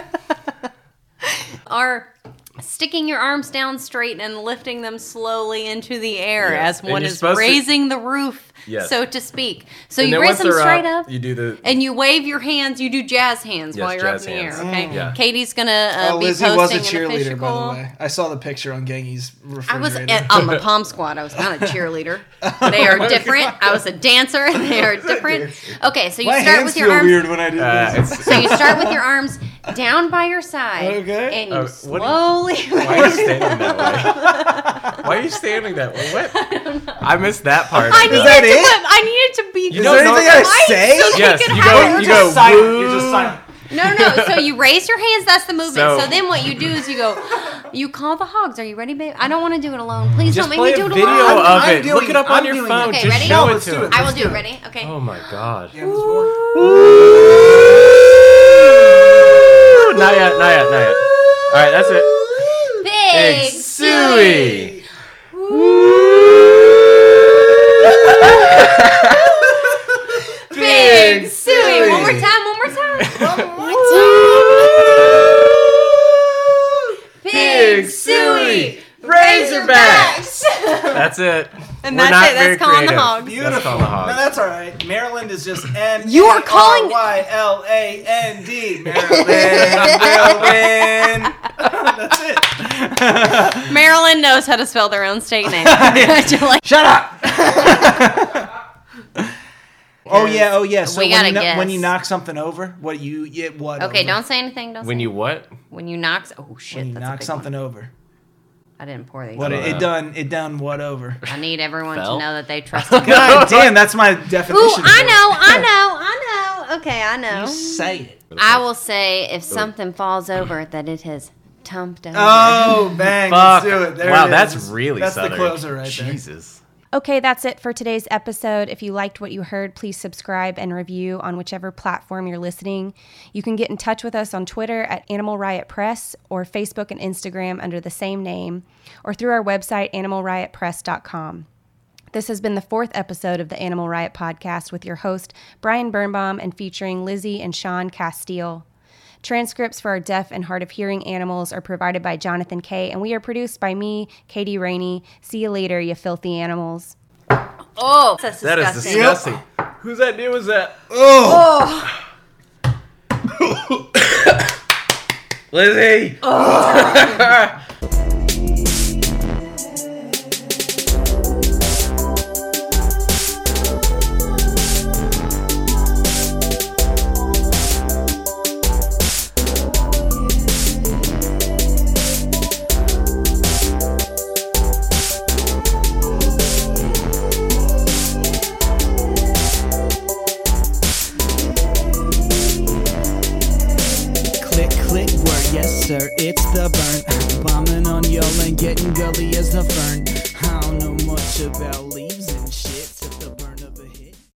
Speaker 5: are sticking your arms down straight and lifting them slowly into the air
Speaker 4: Yes.
Speaker 5: as
Speaker 4: And
Speaker 5: one
Speaker 4: you're
Speaker 5: is
Speaker 4: supposed to-
Speaker 5: raising the roof
Speaker 4: Yes.
Speaker 5: so to speak. So
Speaker 4: And
Speaker 5: you
Speaker 4: then uh,
Speaker 5: raise
Speaker 4: once
Speaker 5: them
Speaker 4: they're
Speaker 5: straight up,
Speaker 4: You do the.
Speaker 5: and you wave your hands. You do jazz hands
Speaker 4: Yes,
Speaker 5: while you're
Speaker 4: jazz
Speaker 5: up in the
Speaker 4: hands. Mm.
Speaker 5: air. Okay.
Speaker 4: Yeah.
Speaker 5: Katie's gonna uh,
Speaker 6: oh,
Speaker 5: be
Speaker 6: Lizzie
Speaker 5: posting
Speaker 6: was a
Speaker 5: an
Speaker 6: cheerleader,
Speaker 5: official.
Speaker 6: by the way. I saw the picture on Gangy's refrigerator.
Speaker 5: I was
Speaker 3: *laughs*
Speaker 5: at, on the Palm Squad. I
Speaker 6: *laughs*
Speaker 5: was not a cheerleader. They are different. I was a dancer. *laughs* They are different. Okay, so you
Speaker 6: My
Speaker 5: start
Speaker 6: hands
Speaker 5: with
Speaker 6: feel
Speaker 5: your arms.
Speaker 6: weird when I do
Speaker 4: Uh,
Speaker 6: this.
Speaker 3: *laughs*
Speaker 4: it's,
Speaker 5: So you start with your arms down by your side.
Speaker 6: Okay.
Speaker 5: And you
Speaker 4: Uh, what
Speaker 5: slowly.
Speaker 4: why
Speaker 5: *laughs*
Speaker 4: are you standing that way? *laughs* Why are you standing that way?
Speaker 5: *laughs*
Speaker 4: What? I, missed that part. of
Speaker 5: I
Speaker 4: it.
Speaker 5: needed
Speaker 6: that
Speaker 5: to.
Speaker 6: it?
Speaker 5: I needed to be.
Speaker 4: You
Speaker 6: Is
Speaker 4: don't
Speaker 6: there
Speaker 4: know-
Speaker 6: anything I
Speaker 5: Why?
Speaker 6: say?
Speaker 5: So she
Speaker 4: Yes,
Speaker 5: could
Speaker 4: you
Speaker 5: have
Speaker 4: go.
Speaker 5: her-
Speaker 4: You go.
Speaker 3: You're just silent.
Speaker 5: No, no. So you raise your hands. That's the movement. So,
Speaker 4: So-
Speaker 5: then what you do is you go. You call the hogs. Are you ready, babe? I don't want to do it alone. Please
Speaker 4: Just
Speaker 5: don't
Speaker 4: play
Speaker 5: make
Speaker 4: a
Speaker 5: me do it
Speaker 4: video
Speaker 5: alone.
Speaker 4: of
Speaker 6: I'm
Speaker 4: it. Look
Speaker 6: doing-
Speaker 4: it up
Speaker 6: I'm
Speaker 4: on your
Speaker 6: doing
Speaker 4: phone.
Speaker 6: it.
Speaker 5: Okay,
Speaker 4: Just
Speaker 5: ready?
Speaker 4: show
Speaker 5: No,
Speaker 4: it
Speaker 6: let's
Speaker 4: to
Speaker 6: do
Speaker 4: him.
Speaker 6: it.
Speaker 5: I will do
Speaker 6: Let's
Speaker 5: it. Ready? Okay.
Speaker 4: Oh my god.
Speaker 6: Yeah, there's more.
Speaker 4: Ooh, Not yet. Not yet. Not yet. All right, that's it.
Speaker 5: Big
Speaker 4: Big Suey. *laughs*
Speaker 5: Big Suey. One more time. One more
Speaker 4: *laughs*
Speaker 5: time. *laughs* Big Suey. Razorbacks.
Speaker 4: That's it.
Speaker 5: And
Speaker 4: We're
Speaker 5: that's
Speaker 4: not
Speaker 5: it, that's
Speaker 4: very
Speaker 5: calling the
Speaker 4: creative.
Speaker 5: hogs.
Speaker 4: That's calling the hogs.
Speaker 3: No, that's all right. Maryland is
Speaker 5: *laughs*
Speaker 3: just M.
Speaker 5: You are calling-
Speaker 3: Y L A N D. Maryland.
Speaker 5: *laughs*
Speaker 3: Maryland. *laughs* that's it. *laughs*
Speaker 5: Maryland knows how to spell their own state
Speaker 4: *laughs*
Speaker 5: name. Congratulations.
Speaker 6: Shut
Speaker 5: *laughs*
Speaker 6: up. oh yeah, oh yeah. So
Speaker 5: We
Speaker 6: when,
Speaker 5: gotta
Speaker 6: you kno- when
Speaker 5: guess.
Speaker 6: you knock something over, what you it what?
Speaker 5: Okay,
Speaker 6: over?
Speaker 5: don't say anything. Don't
Speaker 4: When
Speaker 5: say
Speaker 4: you what?
Speaker 5: when you knock. Oh shit!
Speaker 6: when you
Speaker 5: that's a
Speaker 6: knock
Speaker 5: big
Speaker 6: something
Speaker 5: One.
Speaker 6: over.
Speaker 5: I didn't pour these.
Speaker 6: What
Speaker 4: don't
Speaker 6: it,
Speaker 4: know.
Speaker 6: done? It done what
Speaker 5: *laughs*
Speaker 6: over?
Speaker 5: I need everyone
Speaker 4: Fell?
Speaker 5: to know
Speaker 6: *laughs*
Speaker 5: that they trust me. Ooh, I
Speaker 6: Oh, God damn, that's my definition. *laughs*
Speaker 5: know, I know, I know. Okay, I know.
Speaker 6: You say it.
Speaker 5: I will say if something falls over that it has tumped over.
Speaker 6: Oh bang! Let's
Speaker 4: Fuck.
Speaker 6: do it. There
Speaker 4: wow,
Speaker 6: it
Speaker 4: that's
Speaker 6: is.
Speaker 4: really
Speaker 6: that's
Speaker 4: southern.
Speaker 6: the closer right
Speaker 4: Jesus.
Speaker 1: Okay, that's it for today's episode. If you liked what you heard, please subscribe and review on whichever platform you're listening. You can get in touch with us on Twitter at Animal Riot Press or Facebook and Instagram under the same name or through our website, animalriotpress.com. This has been the fourth episode of the Animal Riot Podcast with your host, Brian Birnbaum, and featuring Lizzie and Sean Castile. Transcripts for our deaf and hard of hearing animals are provided by Jonathan Kay, and we are produced by me, Katie Rainey. See you later, you filthy animals.
Speaker 5: oh, that's
Speaker 4: That is
Speaker 5: disgusting.
Speaker 4: disgusting. Whose idea was that?
Speaker 6: Oh.
Speaker 5: Oh.
Speaker 6: *coughs*
Speaker 4: Lizzie.
Speaker 8: Click, click, word, yes sir, it's the burn. Bombing on y'all and getting gully as the fern. I don't know much about Lee.